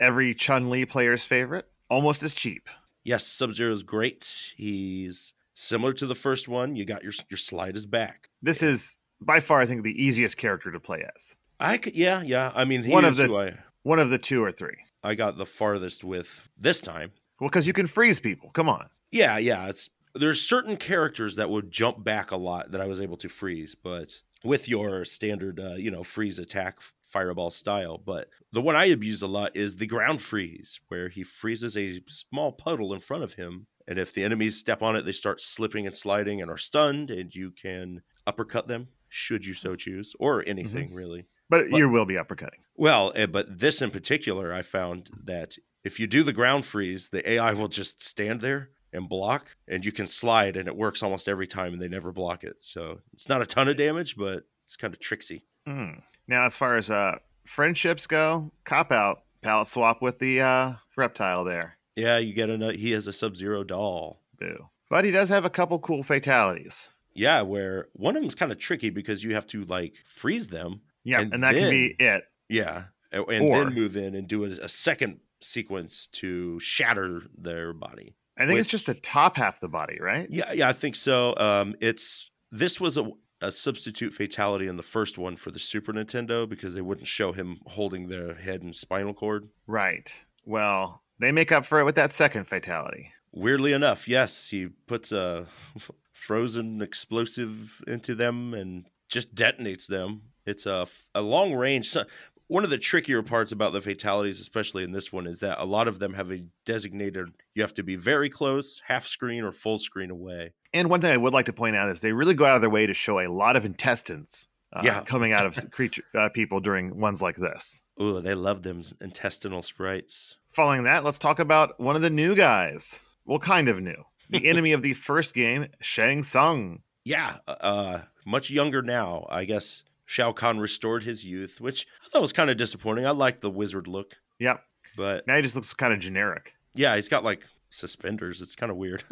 [SPEAKER 1] every Chun Li player's favorite, almost as cheap.
[SPEAKER 3] Yes, Sub Zero is great. He's similar to the first one. You got your your slide is back.
[SPEAKER 1] This is by far, I think, the easiest character to play as.
[SPEAKER 3] I could, yeah, yeah. I mean, he
[SPEAKER 1] One of
[SPEAKER 3] is
[SPEAKER 1] the-
[SPEAKER 3] who I,
[SPEAKER 1] One of the two or three.
[SPEAKER 3] I got the farthest with this time.
[SPEAKER 1] Well, because you can freeze people. Come on.
[SPEAKER 3] Yeah, yeah. It's there's certain characters that would jump back a lot that I was able to freeze, but with your standard, uh, you know, freeze attack fireball style. But the one I abuse a lot is the ground freeze, where he freezes a small puddle in front of him, and if the enemies step on it, they start slipping and sliding and are stunned, and you can uppercut them should you so choose, or anything really.
[SPEAKER 1] But
[SPEAKER 3] What?
[SPEAKER 1] you will be uppercutting.
[SPEAKER 3] Well, eh, but this in particular, I found that if you do the ground freeze, the AI will just stand there and block, and you can slide, and it works almost every time, and they never block it. So it's not a ton of damage, but it's kind of tricksy.
[SPEAKER 1] Mm. Now, as far as uh, friendships go, cop out, palette swap with the uh, reptile there.
[SPEAKER 3] Yeah, you get another. He has a Sub Zero doll.
[SPEAKER 1] Boo. But he does have a couple cool fatalities.
[SPEAKER 3] Yeah, where one of them's kind of tricky because you have to like freeze them.
[SPEAKER 1] Yeah,
[SPEAKER 3] And
[SPEAKER 1] and, that can be it.
[SPEAKER 3] Yeah. a- And
[SPEAKER 1] Or-
[SPEAKER 3] then move in and do a, a second sequence to shatter their body.
[SPEAKER 1] I think it's
[SPEAKER 3] which-
[SPEAKER 1] just the top half of the body, right?
[SPEAKER 3] Yeah, yeah, I think so. Um, it's this was a, a substitute fatality in the first one for the Super Nintendo because they wouldn't show him holding their head and spinal cord.
[SPEAKER 1] Right. Well, they make up for it with that second fatality.
[SPEAKER 3] Weirdly enough, yes, he puts a [laughs] frozen explosive into them and just detonates them. It's a, f- a long range. so- One of the trickier parts about the fatalities, especially in this one, is that a lot of them have a designated, you have to be very close, half screen or full screen away.
[SPEAKER 1] And one thing I would like to point out is they really go out of their way to show a lot of intestines uh,
[SPEAKER 3] Yeah.
[SPEAKER 1] coming out
[SPEAKER 3] [laughs]
[SPEAKER 1] of creature uh, people during ones like this.
[SPEAKER 3] Ooh, they love them s- intestinal sprites.
[SPEAKER 1] Following that, let's talk about one of the new guys. Well, kind of new. The enemy of the first game, Shang Tsung.
[SPEAKER 3] yeah, uh, much younger now. I guess Shao Kahn restored his youth, which I thought was kind of disappointing. I liked the wizard look,
[SPEAKER 1] Yep.
[SPEAKER 3] but
[SPEAKER 1] Now he just looks kind of generic.
[SPEAKER 3] yeah, he's got like suspenders. It's kind of weird.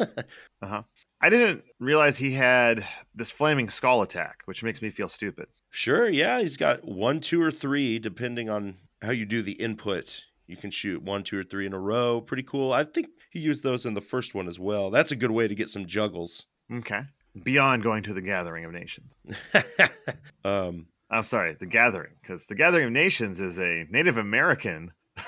[SPEAKER 3] [laughs]
[SPEAKER 1] I didn't realize he had this flaming skull attack, which makes me feel stupid.
[SPEAKER 3] sure, yeah, he's got one, two, or three, depending on how you do the input. You can shoot one, two, or three in a row. Pretty cool. I think he used those in the first one as well. That's a good way to get some juggles. [laughs]
[SPEAKER 1] Okay. Beyond going to the Gathering of Nations.
[SPEAKER 3] um,
[SPEAKER 1] I'm sorry, the Gathering, because the Gathering of Nations is a Native American [laughs]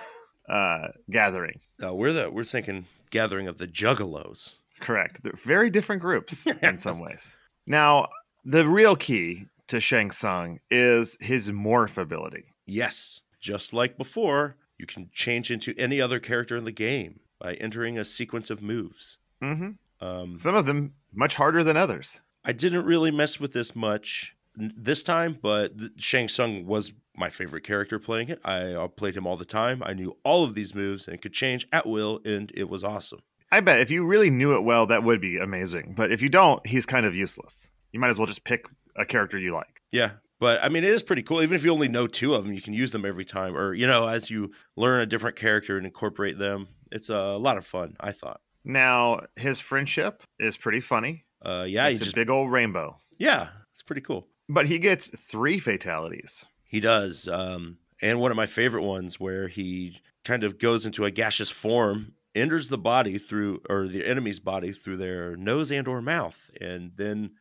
[SPEAKER 1] uh, gathering.
[SPEAKER 3] no, we're the we're thinking gathering of the juggalos.
[SPEAKER 1] Correct. They're very different groups in some ways. Now, the real key to Shang Tsung is his morph ability.
[SPEAKER 3] Yes, just like before, you can change into any other character in the game by entering a sequence of moves.
[SPEAKER 1] hmm
[SPEAKER 3] Um,
[SPEAKER 1] Some of them much harder than others.
[SPEAKER 3] I didn't really mess with this much n- this time, but th- Shang Tsung was my favorite character playing it. I uh, played him all the time. I knew all of these moves and could change at will, and it was awesome.
[SPEAKER 1] I bet if you really knew it well, that would be amazing. But if you don't, he's kind of useless. You might as well just pick a character you like.
[SPEAKER 3] Yeah. But I mean, it is pretty cool. Even if you only know two of them, you can use them every time, or, you know, as you learn a different character and incorporate them. It's a lot of fun, I thought.
[SPEAKER 1] Now, his friendship is pretty funny.
[SPEAKER 3] Uh, yeah, he
[SPEAKER 1] it's
[SPEAKER 3] just,
[SPEAKER 1] a big old rainbow.
[SPEAKER 3] yeah, it's pretty cool.
[SPEAKER 1] But he gets three fatalities.
[SPEAKER 3] He does. Um, and one of my favorite ones where he kind of goes into a gaseous form, enters the body through or the enemy's body through their nose and or mouth, and then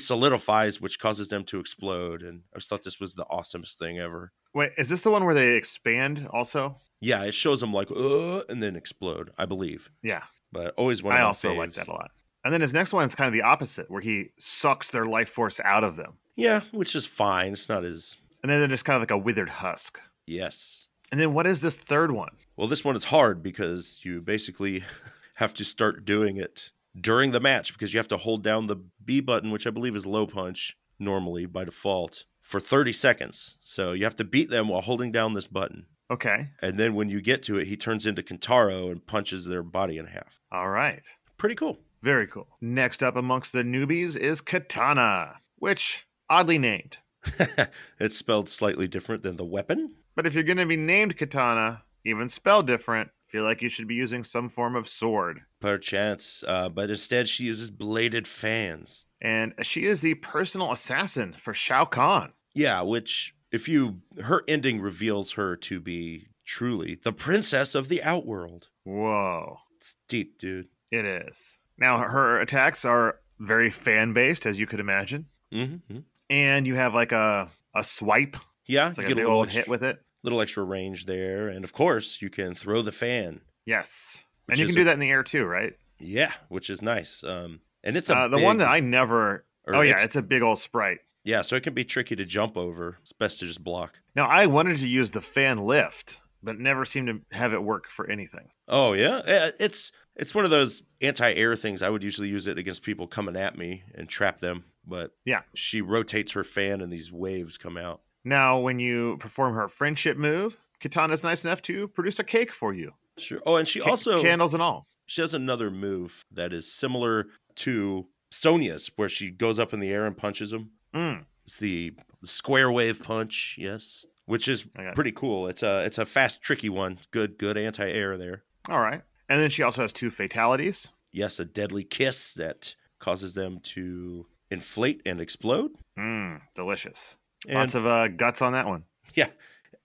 [SPEAKER 3] re-solidifies, which causes them to explode. And I just thought this was the awesomest thing ever.
[SPEAKER 1] Wait, is this the one where they expand also?
[SPEAKER 3] Yeah, it shows them like uh, and then explode, I believe.
[SPEAKER 1] Yeah,
[SPEAKER 3] But always one. Of
[SPEAKER 1] I
[SPEAKER 3] my
[SPEAKER 1] also like
[SPEAKER 3] faves.
[SPEAKER 1] that a lot. And then his next one is kind of the opposite, where he sucks their life force out of them.
[SPEAKER 3] Yeah, which is fine. It's not as
[SPEAKER 1] And then they're just kind of like a withered husk.
[SPEAKER 3] yes.
[SPEAKER 1] And then what is this third one?
[SPEAKER 3] Well, this one is hard because you basically [laughs] have to start doing it during the match because you have to hold down the B button, which I believe is low punch normally by default, for 30 seconds. So you have to beat them while holding down this button.
[SPEAKER 1] Okay.
[SPEAKER 3] And then when you get to it, he turns into Kentaro and punches their body in half.
[SPEAKER 1] All right.
[SPEAKER 3] Pretty cool. [laughs]
[SPEAKER 1] Very cool. Next up amongst the newbies is Katana, which oddly named.
[SPEAKER 3] it's spelled slightly different than the weapon.
[SPEAKER 1] But if you're going to be named Katana, even spelled different, feel like you should be using some form of sword.
[SPEAKER 3] Perchance, uh, but instead she uses bladed fans.
[SPEAKER 1] And she is the personal assassin for Shao Kahn.
[SPEAKER 3] Yeah, which if you her ending reveals her to be truly the princess of the outworld.
[SPEAKER 1] Whoa.
[SPEAKER 3] It's deep, dude.
[SPEAKER 1] It is. Now, her attacks are very fan based, as you could imagine.
[SPEAKER 3] Mm-hmm.
[SPEAKER 1] And you have like a, a swipe,
[SPEAKER 3] Yeah,
[SPEAKER 1] it's
[SPEAKER 3] you
[SPEAKER 1] like a
[SPEAKER 3] get a
[SPEAKER 1] big
[SPEAKER 3] little
[SPEAKER 1] old
[SPEAKER 3] extra,
[SPEAKER 1] hit with it.
[SPEAKER 3] little extra range there, and of course you can throw the fan.
[SPEAKER 1] Yes.
[SPEAKER 3] Which
[SPEAKER 1] and you
[SPEAKER 3] is
[SPEAKER 1] can
[SPEAKER 3] a-
[SPEAKER 1] do that in the air too, right?
[SPEAKER 3] Yeah, which is nice. Um, and it's a
[SPEAKER 1] Uh, the one
[SPEAKER 3] big-
[SPEAKER 1] that I never.
[SPEAKER 3] or
[SPEAKER 1] oh, yeah.
[SPEAKER 3] it's-
[SPEAKER 1] it's a big old sprite.
[SPEAKER 3] yeah. So it can be tricky to jump over. It's best to just block.
[SPEAKER 1] Now, I wanted to use the fan lift, but never seemed to have it work for anything.
[SPEAKER 3] Oh yeah, Eh, it's it's one of those anti-air things. I would usually use it against people coming at me and trap them, but
[SPEAKER 1] Yeah.
[SPEAKER 3] she rotates her fan and these waves come out.
[SPEAKER 1] Now, when you perform her friendship move, Katana's nice enough to produce a cake for you,
[SPEAKER 3] Sure. Oh, and she
[SPEAKER 1] Ca-
[SPEAKER 3] also
[SPEAKER 1] candles and all.
[SPEAKER 3] she has another move that is similar to Sonya's, where she goes up in the air and punches him.
[SPEAKER 1] Mm,
[SPEAKER 3] It's the square wave punch, yes, which is
[SPEAKER 1] I got it.
[SPEAKER 3] pretty cool. It's a it's a fast, tricky one. Good, good anti air there.
[SPEAKER 1] all right. And then she also has two fatalities.
[SPEAKER 3] Yes, a deadly kiss that causes them to Inflate and Explode.
[SPEAKER 1] Mm, delicious.
[SPEAKER 3] And,
[SPEAKER 1] Lots of uh, guts on that one.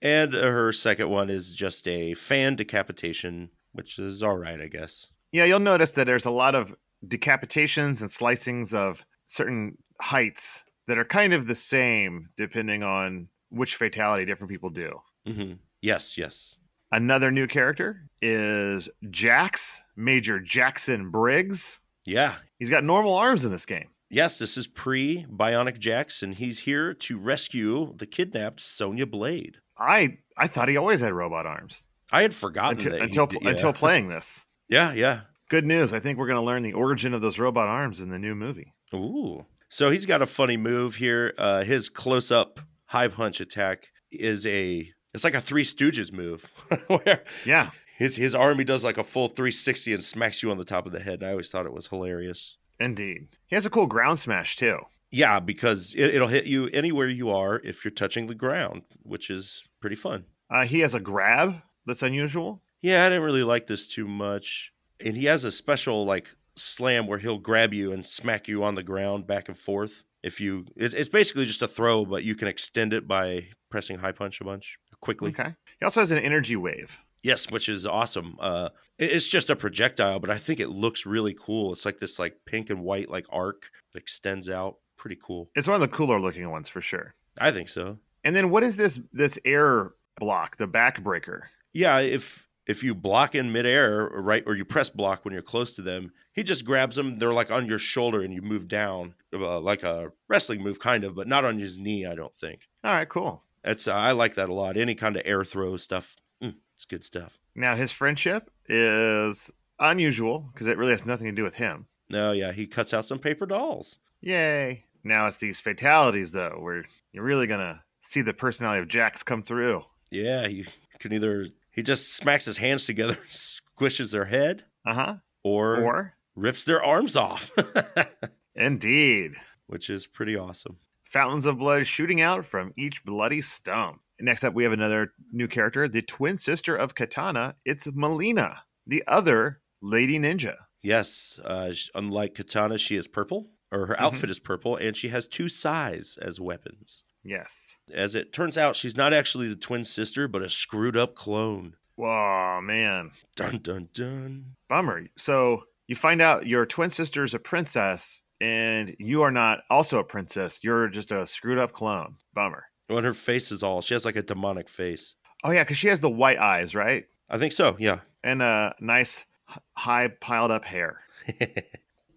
[SPEAKER 3] and her second one is just a fan decapitation, which is all right, I guess.
[SPEAKER 1] Yeah, you'll notice that there's a lot of decapitations and slicings of certain heights that are kind of the same depending on which fatality different people do.
[SPEAKER 3] hmm Yes, yes.
[SPEAKER 1] Another new character is Jax, Major Jackson Briggs.
[SPEAKER 3] Yeah.
[SPEAKER 1] He's got normal arms in this game.
[SPEAKER 3] Yes, this is pre Bionic Jax, and he's here to rescue the kidnapped Sonya Blade.
[SPEAKER 1] I I thought he always had robot arms
[SPEAKER 3] I had forgotten
[SPEAKER 1] until
[SPEAKER 3] that he
[SPEAKER 1] until,
[SPEAKER 3] did- yeah. [laughs]
[SPEAKER 1] until playing this.
[SPEAKER 3] yeah, yeah.
[SPEAKER 1] Good news. I think we're going to learn the origin of those robot arms in the new movie.
[SPEAKER 3] Ooh. So he's got a funny move here. Uh, his close up high punch attack is a it's like a Three Stooges move, [laughs] where
[SPEAKER 1] Yeah.
[SPEAKER 3] his his army does like a full 360 and smacks you on the top of the head. And I always thought it was hilarious.
[SPEAKER 1] Indeed. He has a cool ground smash too.
[SPEAKER 3] Yeah, because it, it'll hit you anywhere you are if you're touching the ground, which is pretty fun.
[SPEAKER 1] Uh, he has a grab that's unusual.
[SPEAKER 3] Yeah, I didn't really like this too much. And he has a special like slam where he'll grab you and smack you on the ground back and forth. If you, it's, it's basically just a throw, but you can extend it by pressing high punch a bunch quickly.
[SPEAKER 1] Okay. He also has an energy wave.
[SPEAKER 3] Yes, which is awesome. Uh, it- it's just a projectile, but I think it looks really cool. It's like this like pink and white like arc that extends out. Pretty cool.
[SPEAKER 1] It's one of the cooler looking ones for sure.
[SPEAKER 3] I think so.
[SPEAKER 1] And then what is this this air block, the backbreaker?
[SPEAKER 3] Yeah, if if you block in midair, or right, or you press block when you're close to them, he just grabs them. They're like on your shoulder, and you move down, uh, like a wrestling move, kind of, but not on his knee. I don't think.
[SPEAKER 1] All right, cool.
[SPEAKER 3] That's uh, I like that a lot. Any kind of air throw stuff, mm, it's good stuff.
[SPEAKER 1] Now his friendship is unusual because it really has nothing to do with him.
[SPEAKER 3] No, yeah, he cuts out some paper dolls.
[SPEAKER 1] Yay. Now it's these fatalities though, where you're really gonna see the personality of Jax come through.
[SPEAKER 3] Yeah, he can either he just smacks his hands together, [laughs] squishes their head,
[SPEAKER 1] Uh-huh.
[SPEAKER 3] or,
[SPEAKER 1] Or
[SPEAKER 3] rips their arms off, [laughs]
[SPEAKER 1] indeed.
[SPEAKER 3] which is pretty awesome.
[SPEAKER 1] Fountains of blood shooting out from each bloody stump. Next up, we have another new character, the twin sister of Katana. It's Melina, the other Lady Ninja.
[SPEAKER 3] Yes, uh, sh- unlike Katana, she is purple, or her
[SPEAKER 1] Mhm.
[SPEAKER 3] outfit is purple, and she has two size as weapons.
[SPEAKER 1] Yes.
[SPEAKER 3] As it turns out, she's not actually the twin sister, but a screwed up clone.
[SPEAKER 1] Whoa, man.
[SPEAKER 3] Dun dun dun.
[SPEAKER 1] Bummer. So you find out your twin sister is a princess, and you are not also a princess. You're just a screwed up clone. Bummer.
[SPEAKER 3] Oh, and her face is all. She has like a demonic face.
[SPEAKER 1] Oh, yeah, because she has the white eyes, right?
[SPEAKER 3] I think so. Yeah.
[SPEAKER 1] And a nice, h- high, piled up
[SPEAKER 3] [laughs]
[SPEAKER 1] hair.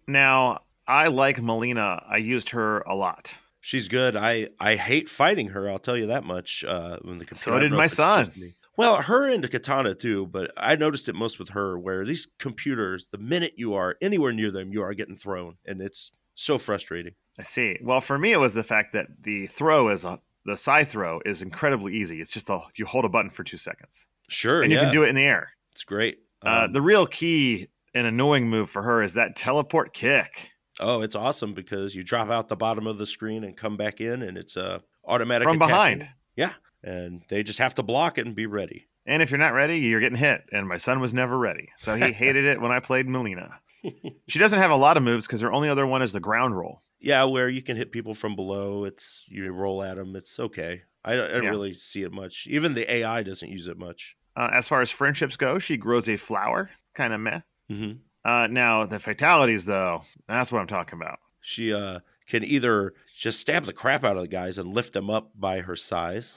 [SPEAKER 1] Now, I like Melina. I used her a lot.
[SPEAKER 3] She's good. I I hate fighting her. I'll tell you that much. Uh, when the
[SPEAKER 1] So
[SPEAKER 3] computer- I
[SPEAKER 1] did
[SPEAKER 3] don't know
[SPEAKER 1] my
[SPEAKER 3] if it's
[SPEAKER 1] son.
[SPEAKER 3] just me. Well, her and Katana too, but I noticed it most with her. Where these computers, the minute you are anywhere near them, you are getting thrown, and it's so frustrating.
[SPEAKER 1] I see. Well, for me, it was the fact that the throw is a, the side throw is incredibly easy. It's just a, you hold a button for two seconds,
[SPEAKER 3] Sure,
[SPEAKER 1] and you can do it in the air.
[SPEAKER 3] It's great.
[SPEAKER 1] uh,
[SPEAKER 3] Um,
[SPEAKER 1] the real key and annoying move for her is that teleport kick
[SPEAKER 3] oh, it's awesome because you drop out the bottom of the screen and come back in, and it's a automatic
[SPEAKER 1] from
[SPEAKER 3] attack.
[SPEAKER 1] behind.
[SPEAKER 3] and they just have to block it and be ready.
[SPEAKER 1] And if you're not ready, you're getting hit. And my son was never ready, so
[SPEAKER 3] [laughs]
[SPEAKER 1] he hated it when I played Melina. She doesn't have a lot of moves because her only other one is the ground roll.
[SPEAKER 3] Yeah, where you can hit people from below. It's you roll at them. It's okay. I don't, I don't
[SPEAKER 1] Yeah.
[SPEAKER 3] really see it much. Even the AI doesn't use it much.
[SPEAKER 1] Uh, as far as friendships go, she grows a flower, kind of meh.
[SPEAKER 3] Mm-hmm.
[SPEAKER 1] Uh, now the fatalities, though, that's what I'm talking about.
[SPEAKER 3] She uh, can either just stab the crap out of the guys and lift them up by her size.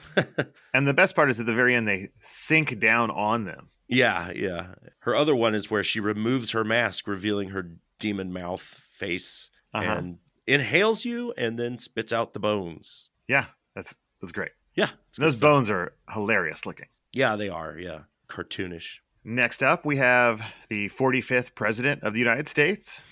[SPEAKER 1] And the best part is at the very end, they sink down on them.
[SPEAKER 3] yeah, yeah. Her other one is where she removes her mask, revealing her demon mouth face,
[SPEAKER 1] Uh-huh.
[SPEAKER 3] and inhales you and then spits out the bones.
[SPEAKER 1] Yeah, that's that's great.
[SPEAKER 3] Yeah. it's
[SPEAKER 1] And those
[SPEAKER 3] good stuff.
[SPEAKER 1] bones are hilarious looking.
[SPEAKER 3] Yeah, they are. Yeah. Cartoonish.
[SPEAKER 1] Next up, we have the 45th President of the United
[SPEAKER 3] [laughs]
[SPEAKER 1] States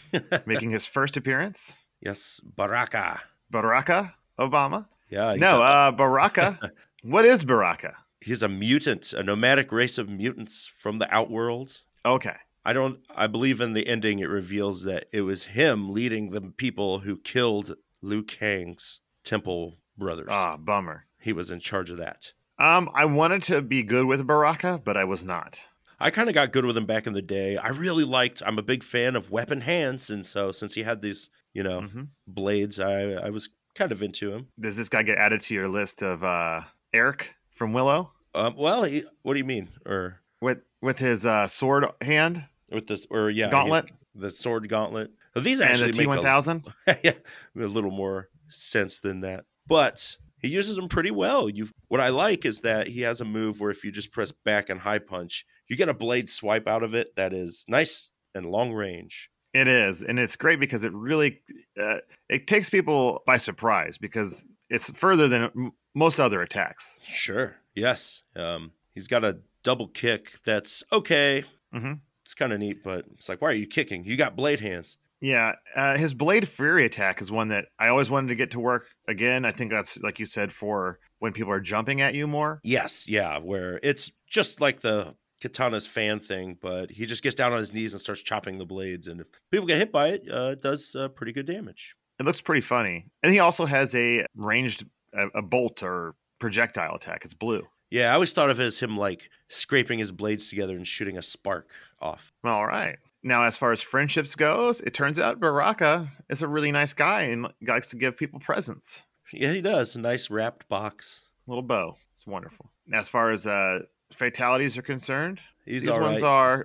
[SPEAKER 1] making his first appearance,
[SPEAKER 3] yes. Baraka.
[SPEAKER 1] Baraka Obama.
[SPEAKER 3] Yeah. he's
[SPEAKER 1] No,
[SPEAKER 3] a-
[SPEAKER 1] uh,
[SPEAKER 3] [laughs]
[SPEAKER 1] Baraka. what is Baraka?
[SPEAKER 3] he's a mutant, a nomadic race of mutants from the outworld.
[SPEAKER 1] Okay.
[SPEAKER 3] I don't. I believe in the ending, it reveals that it was him leading the people who killed Liu Kang's temple brothers.
[SPEAKER 1] Ah, bummer.
[SPEAKER 3] He was in charge of that.
[SPEAKER 1] Um, I wanted to be good with Baraka, but I was not.
[SPEAKER 3] I kind of got good with him back in the day. I really liked. I'm a big fan of Weapon Hands, and so since he had these, you know,
[SPEAKER 1] hmm
[SPEAKER 3] blades, I I was kind of into him.
[SPEAKER 1] Does this guy get added to your list of uh, Eric from Willow
[SPEAKER 3] Um, well, he, what do you mean? Or
[SPEAKER 1] with with his uh, sword hand
[SPEAKER 3] with this? Or yeah, he's-
[SPEAKER 1] gauntlet
[SPEAKER 3] the sword gauntlet. These
[SPEAKER 1] and
[SPEAKER 3] actually
[SPEAKER 1] the T
[SPEAKER 3] make
[SPEAKER 1] one
[SPEAKER 3] a [laughs]
[SPEAKER 1] thousand?
[SPEAKER 3] yeah, a little more sense than that. But he uses them pretty well. You, what I like is that he has a move where if you just press back and high punch, you get a blade swipe out of it that is nice and long range.
[SPEAKER 1] It is, and it's great because it really uh, it takes people by surprise because it's further than m- most other attacks.
[SPEAKER 3] Sure. Yes. Um, he's got a double kick that's okay.
[SPEAKER 1] Mhm.
[SPEAKER 3] It's kind of neat, but it's like, why are you kicking? You got blade hands.
[SPEAKER 1] Yeah, uh, his Blade Fury attack is one that I always wanted to get to work again. I think that's like you said for when people are jumping at you more.
[SPEAKER 3] Yes. Yeah. Where it's just like the katana's fan thing, but he just gets down on his knees and starts chopping the blades. And if people get hit by it, uh, it does uh, pretty good damage.
[SPEAKER 1] It looks pretty funny, and he also has a ranged a, a bolt or projectile attack. It's blue.
[SPEAKER 3] Yeah, I always thought of it as him like scraping his blades together and shooting a spark off.
[SPEAKER 1] All right. Now, as far as friendships goes, it turns out Baraka is a really nice guy and likes to give people presents.
[SPEAKER 3] Yeah, he does. A nice wrapped box.
[SPEAKER 1] Little bow. It's wonderful. As far as uh, fatalities are concerned,
[SPEAKER 3] He's
[SPEAKER 1] these
[SPEAKER 3] all
[SPEAKER 1] ones
[SPEAKER 3] right. [laughs]
[SPEAKER 1] are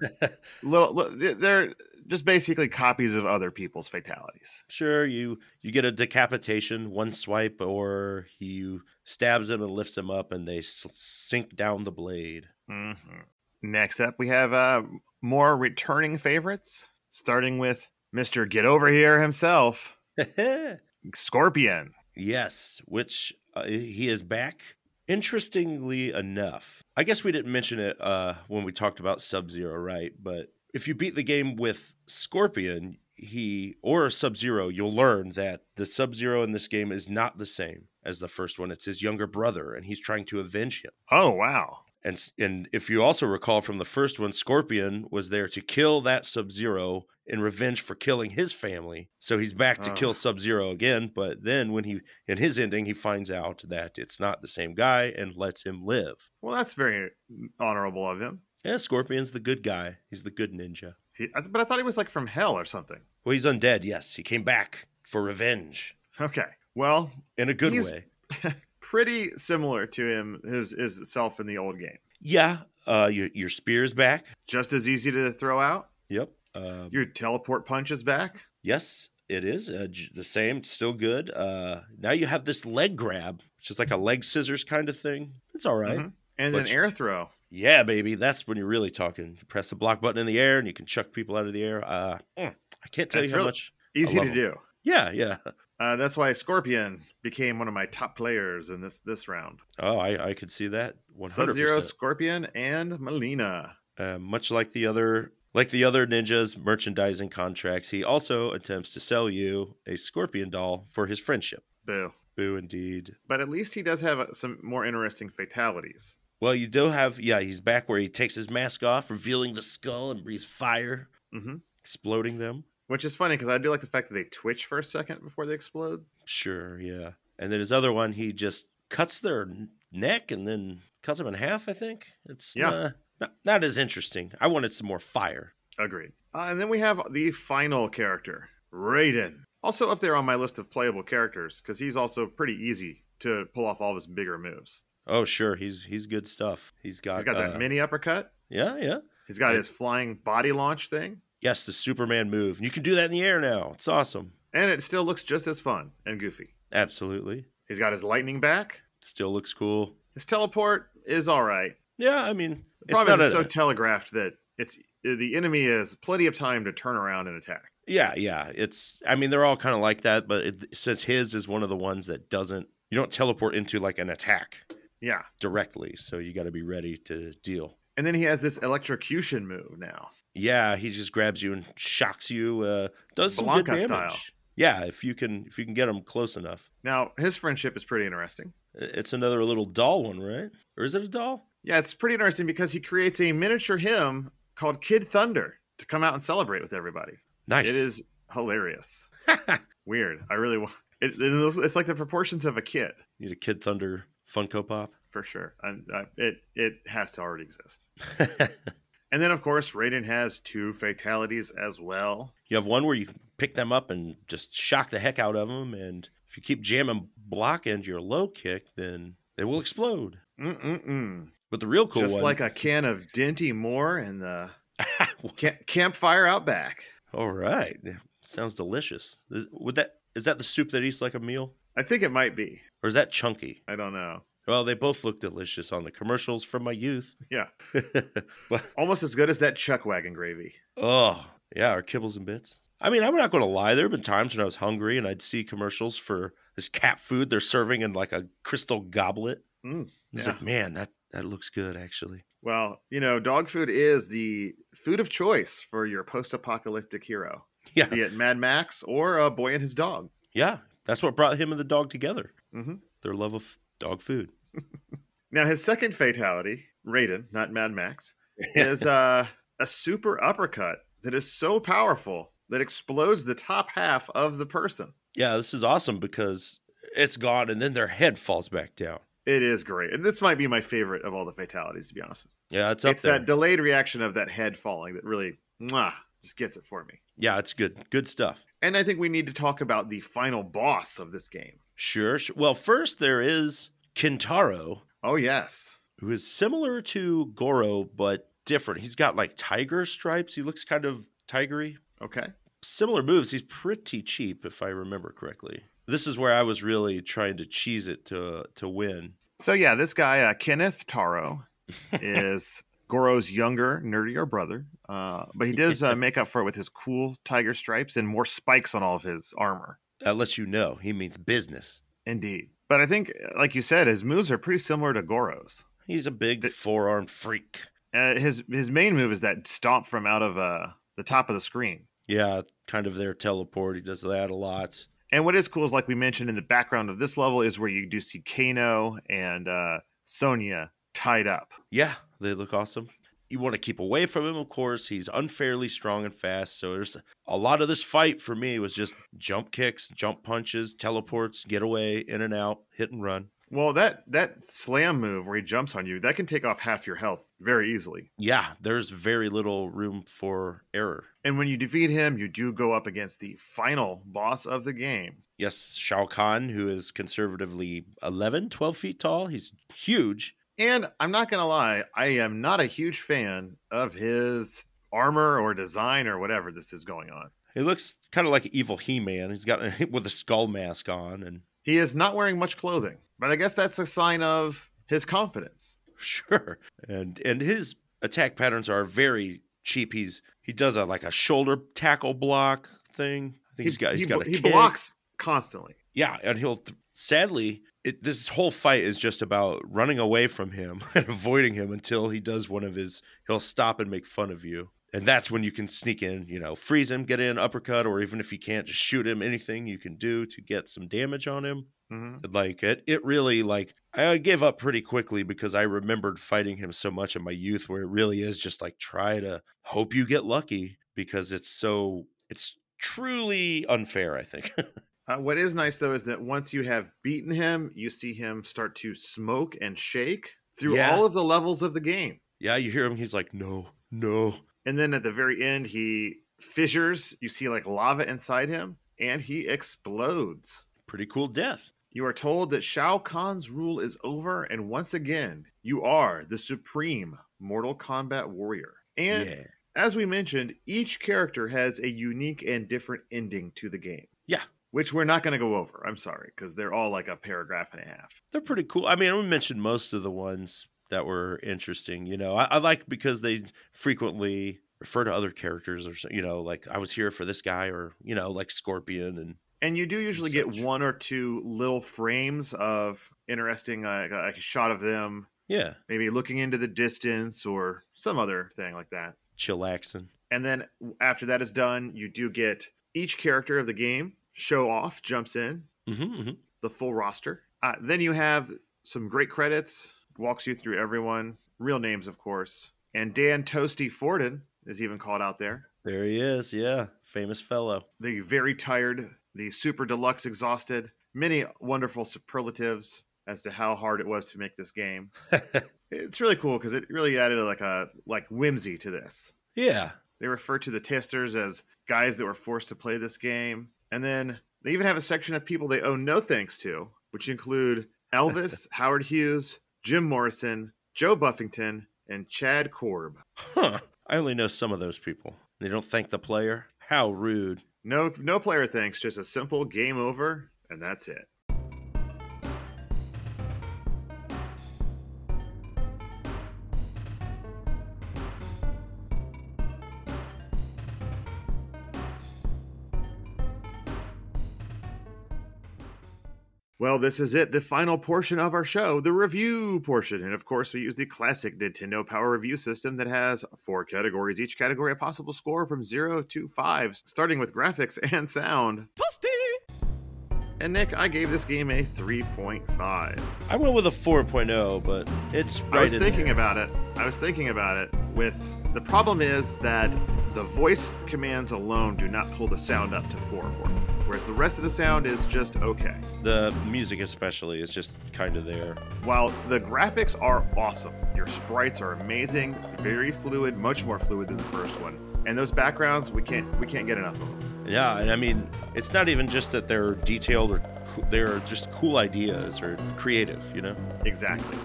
[SPEAKER 1] little. li- They're just basically copies of other people's fatalities.
[SPEAKER 3] Sure, you you get a decapitation, one swipe, or he stabs him and lifts him up, and they s- sink down the blade. [laughs]
[SPEAKER 1] hmm Next up, we have uh, more returning favorites, starting with Mister Get Over Here himself, Scorpion.
[SPEAKER 3] yes, which uh, he is back. Interestingly enough, I guess we didn't mention it uh, when we talked about Sub Zero, right? But if you beat the game with Scorpion, he or Sub Zero, you'll learn that the Sub Zero in this game is not the same as the first one. It's his younger brother, and he's trying to avenge him.
[SPEAKER 1] Oh wow!
[SPEAKER 3] And s- and if you also recall from the first one, Scorpion was there to kill that Sub Zero in revenge for killing his family. So he's back to
[SPEAKER 1] Ah.
[SPEAKER 3] kill Sub Zero again. But then when he in his ending, he finds out that it's not the same guy and lets him live.
[SPEAKER 1] Well, that's very honorable of him.
[SPEAKER 3] Yeah, Scorpion's the good guy. He's the good ninja.
[SPEAKER 1] He, I- but I thought he was like from hell or something.
[SPEAKER 3] Well, he's undead. Yes, he came back for revenge
[SPEAKER 1] Okay. Well,
[SPEAKER 3] in a good
[SPEAKER 1] He's-
[SPEAKER 3] way.
[SPEAKER 1] pretty similar to him his his self in the old game.
[SPEAKER 3] Yeah, uh, your your spear's back.
[SPEAKER 1] Just as easy to throw out.
[SPEAKER 3] Yep. Um,
[SPEAKER 1] Your teleport punches back.
[SPEAKER 3] Yes, it is uh, j- the same. Still good. Uh, now you have this leg grab, which is like a leg scissors kind of thing. It's all right.
[SPEAKER 1] Mhm. And
[SPEAKER 3] Which-
[SPEAKER 1] an air throw.
[SPEAKER 3] Yeah, baby. That's when you're really talking. You press the block button in the air, and you can chuck people out of the air. Uh, mm, I can't tell
[SPEAKER 1] That's
[SPEAKER 3] you how
[SPEAKER 1] really-
[SPEAKER 3] much.
[SPEAKER 1] Easy
[SPEAKER 3] love
[SPEAKER 1] to
[SPEAKER 3] him.
[SPEAKER 1] do.
[SPEAKER 3] Yeah, yeah. [laughs]
[SPEAKER 1] Uh, that's why Scorpion became one of my top players in this this round.
[SPEAKER 3] Oh, I, I could see that. One
[SPEAKER 1] Sub
[SPEAKER 3] hundred
[SPEAKER 1] Zero,
[SPEAKER 3] percent. uh,
[SPEAKER 1] Scorpion, and Melina.
[SPEAKER 3] Much like the other, like the other ninjas' merchandising contracts, he also attempts to sell you a scorpion doll for his friendship.
[SPEAKER 1] Boo.
[SPEAKER 3] Boo, indeed.
[SPEAKER 1] But at least he does have uh, some more interesting fatalities.
[SPEAKER 3] Well, you do have, yeah, he's back where he takes his mask off, revealing the skull and breathes fire,
[SPEAKER 1] hmm
[SPEAKER 3] exploding them.
[SPEAKER 1] Which is funny because I do like the fact that they twitch for a second before they explode.
[SPEAKER 3] Sure, yeah. And then his other one, he just cuts their n- neck and then cuts them in half, I think. It's
[SPEAKER 1] Yeah.
[SPEAKER 3] nah, not, not as interesting. I wanted some more fire.
[SPEAKER 1] Agreed. Uh, and then we have the final character, Raiden. Also up there on my list of playable characters because he's also pretty easy to pull off all of his bigger moves.
[SPEAKER 3] Oh, sure, he's he's good stuff. He's got,
[SPEAKER 1] He's got
[SPEAKER 3] uh,
[SPEAKER 1] that mini uppercut.
[SPEAKER 3] Yeah, yeah.
[SPEAKER 1] He's got
[SPEAKER 3] Yeah.
[SPEAKER 1] his flying body launch thing,
[SPEAKER 3] Yes, the Superman move. You can do that in the air now. It's awesome.
[SPEAKER 1] and it still looks just as fun and goofy.
[SPEAKER 3] Absolutely.
[SPEAKER 1] He's got his lightning back.
[SPEAKER 3] Still looks cool.
[SPEAKER 1] His teleport is all right.
[SPEAKER 3] Yeah, I mean,
[SPEAKER 1] The problem is
[SPEAKER 3] a-
[SPEAKER 1] it's so telegraphed that it's uh, the enemy has plenty of time to turn around and attack.
[SPEAKER 3] Yeah, yeah. It's I mean they're all kind of like that, but it, since his is one of the ones that doesn't you don't teleport into like an attack
[SPEAKER 1] Yeah,
[SPEAKER 3] directly, so you got to be ready to deal.
[SPEAKER 1] and then he has this electrocution move now.
[SPEAKER 3] Yeah, he just grabs you and shocks you. Uh, does some good
[SPEAKER 1] Blanca
[SPEAKER 3] damage.
[SPEAKER 1] style.
[SPEAKER 3] Yeah, if you can if you can get him close enough.
[SPEAKER 1] Now his friendship is pretty interesting.
[SPEAKER 3] I- It's another little doll one, right? Or is it a doll?
[SPEAKER 1] Yeah, it's pretty interesting because he creates a miniature hymn called Kid Thunder to come out and celebrate with everybody.
[SPEAKER 3] Nice.
[SPEAKER 1] It is
[SPEAKER 3] [laughs]
[SPEAKER 1] hilarious. Weird. I really want it, it looks- It's like the proportions of a kid
[SPEAKER 3] Need a Kid Thunder Funko Pop. [laughs]
[SPEAKER 1] for sure. And uh, it it has to already exist. And then, of course, Raiden has two fatalities as well.
[SPEAKER 3] You have one where you can pick them up and just shock the heck out of them, and if you keep jamming block into your low kick, then they will explode.
[SPEAKER 1] Mm-mm-mm.
[SPEAKER 3] But the real cool
[SPEAKER 1] Just
[SPEAKER 3] one,
[SPEAKER 1] like a can of Dinty Moore and the
[SPEAKER 3] [laughs] What?
[SPEAKER 1] ca- campfire out back.
[SPEAKER 3] all right, Yeah. sounds delicious. Is, would that is that the soup that eats like a meal,
[SPEAKER 1] I think it might be.
[SPEAKER 3] or is that chunky?
[SPEAKER 1] I don't know.
[SPEAKER 3] Well, they both look delicious on the commercials from my youth. [laughs]
[SPEAKER 1] Yeah.
[SPEAKER 3] but
[SPEAKER 1] Almost as good as that chuck wagon gravy.
[SPEAKER 3] Oh, yeah, our kibbles and bits. I mean, I'm not going to lie. There have been times when I was hungry and I'd see commercials for this cat food they're serving in like a crystal goblet.
[SPEAKER 1] Mm,
[SPEAKER 3] It's
[SPEAKER 1] yeah.
[SPEAKER 3] like, man, that, that looks good, actually.
[SPEAKER 1] Well, you know, dog food is the food of choice for your post apocalyptic hero,
[SPEAKER 3] Yeah.
[SPEAKER 1] be it Mad Max or a boy and his dog.
[SPEAKER 3] Yeah. That's what brought him and the dog together
[SPEAKER 1] Mhm.
[SPEAKER 3] their love of dog food.
[SPEAKER 1] Now, his second fatality, Raiden, not Mad
[SPEAKER 3] [laughs]
[SPEAKER 1] Max, is uh, a super uppercut that is so powerful that explodes the top half of the person.
[SPEAKER 3] Yeah, this is awesome because it's gone and then their head falls back down.
[SPEAKER 1] It is great. And this might be my favorite of all the fatalities, to be honest.
[SPEAKER 3] Yeah, it's
[SPEAKER 1] It's,
[SPEAKER 3] up there.
[SPEAKER 1] that delayed reaction of that head falling that really mwah, just gets it for me.
[SPEAKER 3] Yeah, it's good. Good stuff.
[SPEAKER 1] And I think we need to talk about the final boss of this game.
[SPEAKER 3] Sure, sure. Well, first, there is Kintaro,
[SPEAKER 1] Oh, yes.
[SPEAKER 3] who is similar to Goro but different. He's got like tiger stripes. He looks kind of tigery.
[SPEAKER 1] Okay.
[SPEAKER 3] Similar moves. He's pretty cheap if I remember correctly. This is where I was really trying to cheese it to to win.
[SPEAKER 1] So yeah, this guy uh, Kenneth
[SPEAKER 3] [laughs]
[SPEAKER 1] Taro is Goro's younger, nerdier brother, uh, but he does
[SPEAKER 3] [laughs]
[SPEAKER 1] uh, make up for it with his cool tiger stripes and more spikes on all of his armor.
[SPEAKER 3] That lets you know he means business.
[SPEAKER 1] Indeed, but I think, uh, like you said, his moves are pretty similar to Goro's.
[SPEAKER 3] He's a big forearm freak.
[SPEAKER 1] Uh, his his main move is that stomp from out of uh, the top of the screen.
[SPEAKER 3] Yeah, kind of their teleport. He does that a lot.
[SPEAKER 1] And what is cool is, like we mentioned in the background of this level, is where you do see Kano and uh, Sonya tied up.
[SPEAKER 3] Yeah, they look awesome. You want to keep away from him, of course. He's unfairly strong and fast. So there's a lot of this fight for me was just jump kicks, jump punches, teleports, get away, in and out, hit and run.
[SPEAKER 1] Well, that that slam move where he jumps on you that can take off half your health very easily.
[SPEAKER 3] Yeah, there's very little room for error.
[SPEAKER 1] And when you defeat him, you do go up against the final boss of the game.
[SPEAKER 3] Yes, Shao Kahn, who is conservatively 11, 12 feet tall. He's huge.
[SPEAKER 1] And I'm not going to lie, I am not a huge fan of his armor or design or whatever this is going on.
[SPEAKER 3] He looks kind of like evil He-Man. He's got [laughs] with a skull mask on and
[SPEAKER 1] He is not wearing much clothing, but I guess that's a sign of his confidence.
[SPEAKER 3] [laughs] Sure. And and his attack patterns are very cheap. He's he does a like a shoulder tackle block thing. I think he's got he's
[SPEAKER 1] he,
[SPEAKER 3] got a
[SPEAKER 1] he
[SPEAKER 3] kick.
[SPEAKER 1] blocks constantly.
[SPEAKER 3] Yeah, and he'll th- sadly it, this whole fight is just about running away from him [laughs] and avoiding him until he does one of his he'll stop and make fun of you. And that's when you can sneak in, you know, freeze him, get in, uppercut, or even if you can't, just shoot him. Anything you can do to get some damage on him
[SPEAKER 1] hmm
[SPEAKER 3] like it it really like i gave up pretty quickly because i remembered fighting him so much in my youth where it really is just like try to hope you get lucky because it's so it's truly unfair i think [laughs]
[SPEAKER 1] Uh, what is nice though is that once you have beaten him, you see him start to smoke and shake through
[SPEAKER 3] Yeah.
[SPEAKER 1] all of the levels of the game.
[SPEAKER 3] yeah you hear him he's like no no
[SPEAKER 1] And then at the very end, he fissures. You see like lava inside him, and he explodes.
[SPEAKER 3] pretty cool death
[SPEAKER 1] You are told that Shao Kahn's rule is over, and once again, you are the supreme Mortal Kombat warrior. And
[SPEAKER 3] yeah
[SPEAKER 1] as we mentioned, each character has a unique and different ending to the game.
[SPEAKER 3] Yeah.
[SPEAKER 1] Which we're not going to go over. I'm sorry, because they're all like a paragraph and a half.
[SPEAKER 3] they're pretty cool i mean we mentioned most of the ones that were interesting you know i, I like because they frequently refer to other characters or so- you know like i was here for this guy or you know like scorpion and
[SPEAKER 1] And you do usually get
[SPEAKER 3] Such-
[SPEAKER 1] one or two little frames of interesting, uh, like a shot of them
[SPEAKER 3] yeah
[SPEAKER 1] maybe looking into the distance or some other thing like that.
[SPEAKER 3] chillaxing
[SPEAKER 1] And then after that is done, you do get each character of the game show off jumps in
[SPEAKER 3] Mm-hmm,
[SPEAKER 1] the full roster. Uh, then you have some great credits, walks you through everyone, real names, of course. And Dan Toasty Forden is even called out there.
[SPEAKER 3] There he is. Yeah, famous fellow.
[SPEAKER 1] The very tired, the super deluxe exhausted, many wonderful superlatives as to how hard it was to make this game. It's really cool because it really added like a like whimsy to this.
[SPEAKER 3] Yeah.
[SPEAKER 1] They refer to the testers as guys that were forced to play this game. And then they even have a section of people they owe no thanks to, which include Elvis, Howard Hughes, Jim Morrison, Joe Buffington, and Chad Korb.
[SPEAKER 3] Huh. I only know some of those people. They don't thank the player. How rude.
[SPEAKER 1] No no player thanks, just a simple game over, and that's it. Well, this is it, the final portion of our show, the review portion. And of course, we use the classic Nintendo Power Review system that has four categories, each category a possible score from 0 to 5, starting with graphics [laughs] and sound. And Nick, I gave this game a 3.5.
[SPEAKER 3] I went with a 4.0, but it's right
[SPEAKER 1] I was
[SPEAKER 3] in
[SPEAKER 1] thinking
[SPEAKER 3] there.
[SPEAKER 1] about it. I was thinking about it with the problem is that the voice commands alone do not pull the sound up to 4 for me, whereas the rest of the sound is just okay.
[SPEAKER 3] the music, especially, is just kind of there.
[SPEAKER 1] While the graphics are awesome, your sprites are amazing, very fluid, much more fluid than the first one. And those backgrounds, we can't we can't get enough of them.
[SPEAKER 3] Yeah, and I mean, it's not even just that they're detailed or coo- they're just cool ideas or creative, you know?
[SPEAKER 1] Exactly.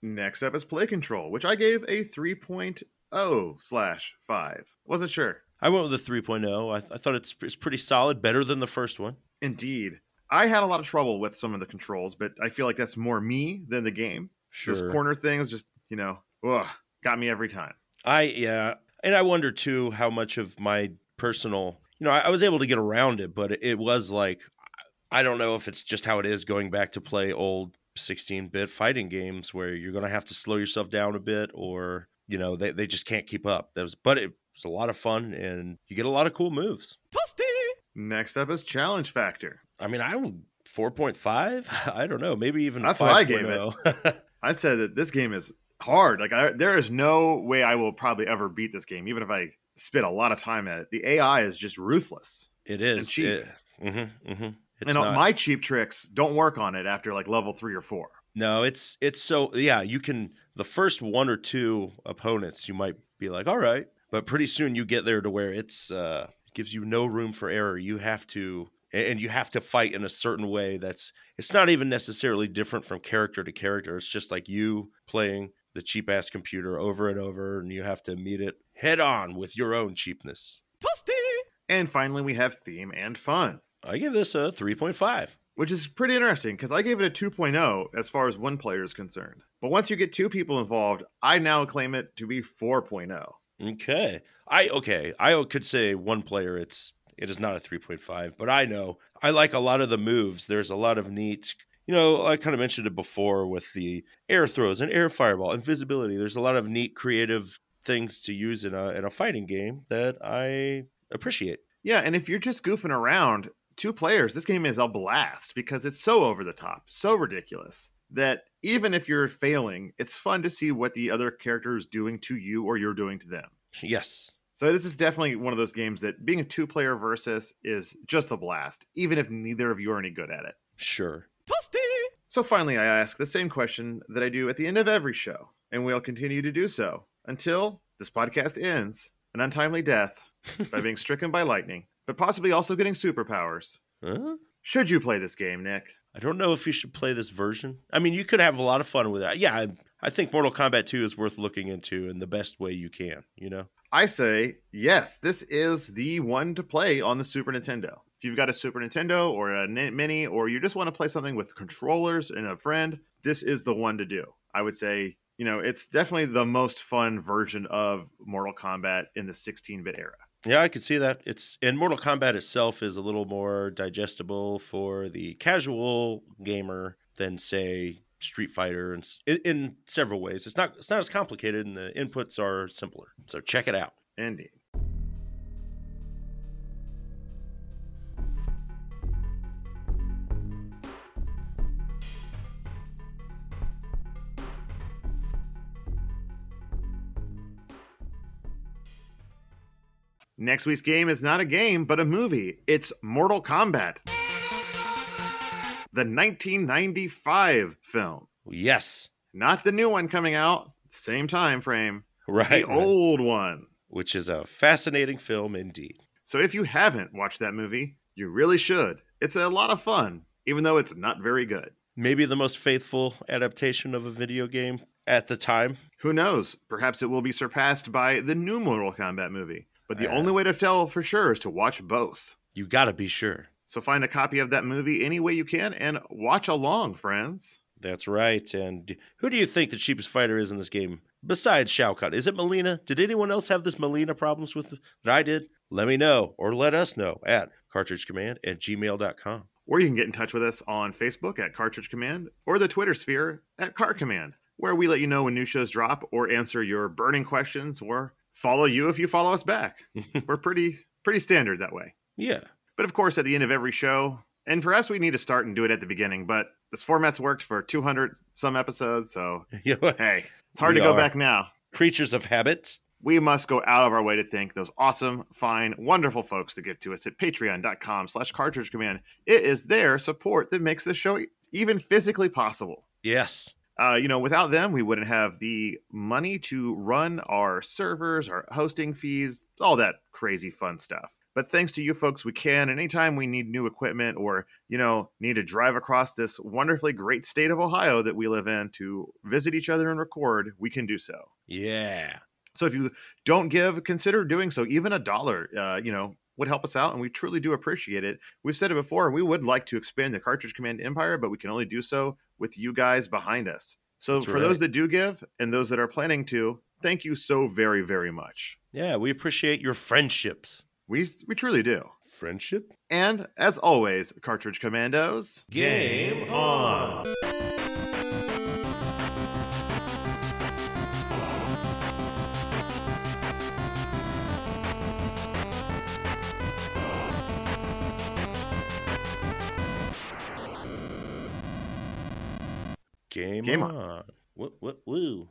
[SPEAKER 1] Next up is play control, which I gave a 3.0 slash 5. Wasn't sure.
[SPEAKER 3] I went with a 3.0. I, I thought it's, it's pretty solid, better than the first one.
[SPEAKER 1] Indeed. I had a lot of trouble with some of the controls, but I feel like that's more me than the game.
[SPEAKER 3] Sure.
[SPEAKER 1] Those corner things just, you know, ugh, got me every time.
[SPEAKER 3] I yeah, and I wonder too how much of my personal, you know, I, I was able to get around it, but it, it was like I don't know if it's just how it is going back to play old 16-bit fighting games where you're going to have to slow yourself down a bit or you know they, they just can't keep up. That was but it was a lot of fun and you get a lot of cool moves.
[SPEAKER 1] Next up is challenge factor.
[SPEAKER 3] I mean, I would 4.5. [laughs] I don't know, maybe even oh.
[SPEAKER 1] That's what I gave it.
[SPEAKER 3] 5.0.
[SPEAKER 1] I said that this game is hard. Like I, there is no way I will probably ever beat this game, even if I spit a lot of time at it. The AI is just ruthless,
[SPEAKER 3] it is.
[SPEAKER 1] And cheap.
[SPEAKER 3] mm-hmm, mm-hmm.
[SPEAKER 1] and all my cheap tricks don't work on it after like level three or four.
[SPEAKER 3] No, it's it's so yeah, you can the first one or two opponents you might be like, "All right." But pretty soon you get there to where it's uh gives you no room for error. You have to and you have to fight in a certain way that's it's not even necessarily different from character to character. It's just like you playing the cheap ass computer over and over and you have to meet it head on with your own cheapness.
[SPEAKER 1] And finally, we have theme and fun,
[SPEAKER 3] I give this a 3.5.
[SPEAKER 1] which is pretty interesting because I gave it a 2.0 as far as one player is concerned. But once you get two people involved, I now claim it to be oh. 4.0.
[SPEAKER 3] Okay. I okay. I could say one player. It's it is not a three point five, but I know I like a lot of the moves. There's a lot of neat. You know, I kind of mentioned it before with the air throws and air fireball, invisibility. There's a lot of neat creative things to use in a in a fighting game that I appreciate.
[SPEAKER 1] Yeah, and if you're just goofing around, two players, this game is a blast because it's so over the top, so ridiculous that even if you're failing, it's fun to see what the other character is doing to you or you're doing to them.
[SPEAKER 3] Yes.
[SPEAKER 1] So this is definitely one of those games that being a two-player versus is just a blast, even if neither of you are any good at it.
[SPEAKER 3] Sure.
[SPEAKER 1] So finally, I ask the same question that I do at the end of every show, and we'll continue to do so until this podcast ends an untimely death by being stricken by lightning, but possibly also getting superpowers.
[SPEAKER 3] Huh?
[SPEAKER 1] Should you play this game, Nick?
[SPEAKER 3] I don't know if you should play this version. I mean, you could have a lot of fun with it. Yeah, I, I think Mortal Kombat 2 is worth looking into in the best way you can, you know?
[SPEAKER 1] I say yes. This is the one to play on the Super Nintendo. If you've got a Super Nintendo or a Ni- Mini, or you just want to play something with controllers and a friend, this is the one to do. I would say, you know, it's definitely the most fun version of Mortal Kombat in the 16 bit era.
[SPEAKER 3] Yeah, I could see that. It's and Mortal Kombat itself is a little more digestible for the casual gamer than say Street Fighter and s- in, in several ways. It's not it's not as complicated and the inputs are simpler. So check it out.
[SPEAKER 1] Indeed. Next week's game is not a game, but a movie. It's Mortal Kombat, the 1995 film.
[SPEAKER 3] Yes. [laughs]
[SPEAKER 1] Not the new one coming out, same time frame. The
[SPEAKER 3] Right.
[SPEAKER 1] old one.
[SPEAKER 3] Which is a fascinating film indeed.
[SPEAKER 1] So if you haven't watched that movie, you really should. It's a lot of fun, even though it's not very good.
[SPEAKER 3] Maybe the most faithful adaptation of a video game at the time.
[SPEAKER 1] Who knows? Perhaps it will be surpassed by the new Mortal Kombat movie. But the
[SPEAKER 3] Uh.
[SPEAKER 1] only way to tell for sure is to watch both.
[SPEAKER 3] You gotta be sure.
[SPEAKER 1] So find a copy of that movie any way you can and watch along, friends.
[SPEAKER 3] That's right. And who do you think the cheapest fighter is in this game besides Shao Kahn? Is it Melina? Did anyone else have this Melina problems with that I did? Let me know or let us know at cartridgecommand at gmail.com.
[SPEAKER 1] Or you can get in touch with us on Facebook at Cartridge Command or the Twitter sphere at Car Command, where we let you know when new shows drop or answer your burning questions or follow you if you follow us back. We're pretty pretty standard that way.
[SPEAKER 3] Yeah. [laughs]
[SPEAKER 1] But of course, at the end of every show, and perhaps we need to start and do it at the beginning, but this format's worked for 200 some episodes,
[SPEAKER 3] [laughs]
[SPEAKER 1] so hey, it's hard
[SPEAKER 3] We
[SPEAKER 1] to go
[SPEAKER 3] are.
[SPEAKER 1] back now.
[SPEAKER 3] Creatures of habit.
[SPEAKER 1] We must go out of our way to thank those awesome, fine, wonderful folks that give to us at patreon.com slash cartridge command. It is their support that makes this show even physically possible.
[SPEAKER 3] Yes.
[SPEAKER 1] Uh, you know, without them, we wouldn't have the money to run our servers, our hosting fees, all that crazy fun stuff. But thanks to you folks, we can. And anytime we need new equipment or, you know, need to drive across this wonderfully great state of Ohio that we live in to visit each other and record, we can do so.
[SPEAKER 3] Yeah.
[SPEAKER 1] So if you don't give, consider doing so. Even a dollar, uh, you know, would help us out, and we truly do appreciate it. We've said it before, we would like to expand the Cartridge Command empire, but we can only do so with you guys behind us. So
[SPEAKER 3] That's
[SPEAKER 1] for
[SPEAKER 3] right.
[SPEAKER 1] those that do give and those that are planning to, thank you so very, very much.
[SPEAKER 3] Yeah. We appreciate your friendships.
[SPEAKER 1] We we truly do.
[SPEAKER 3] Friendship?
[SPEAKER 1] And as always, Cartridge Commandos.
[SPEAKER 2] Game on.
[SPEAKER 3] Game,
[SPEAKER 1] Game
[SPEAKER 3] on. What, what, woo.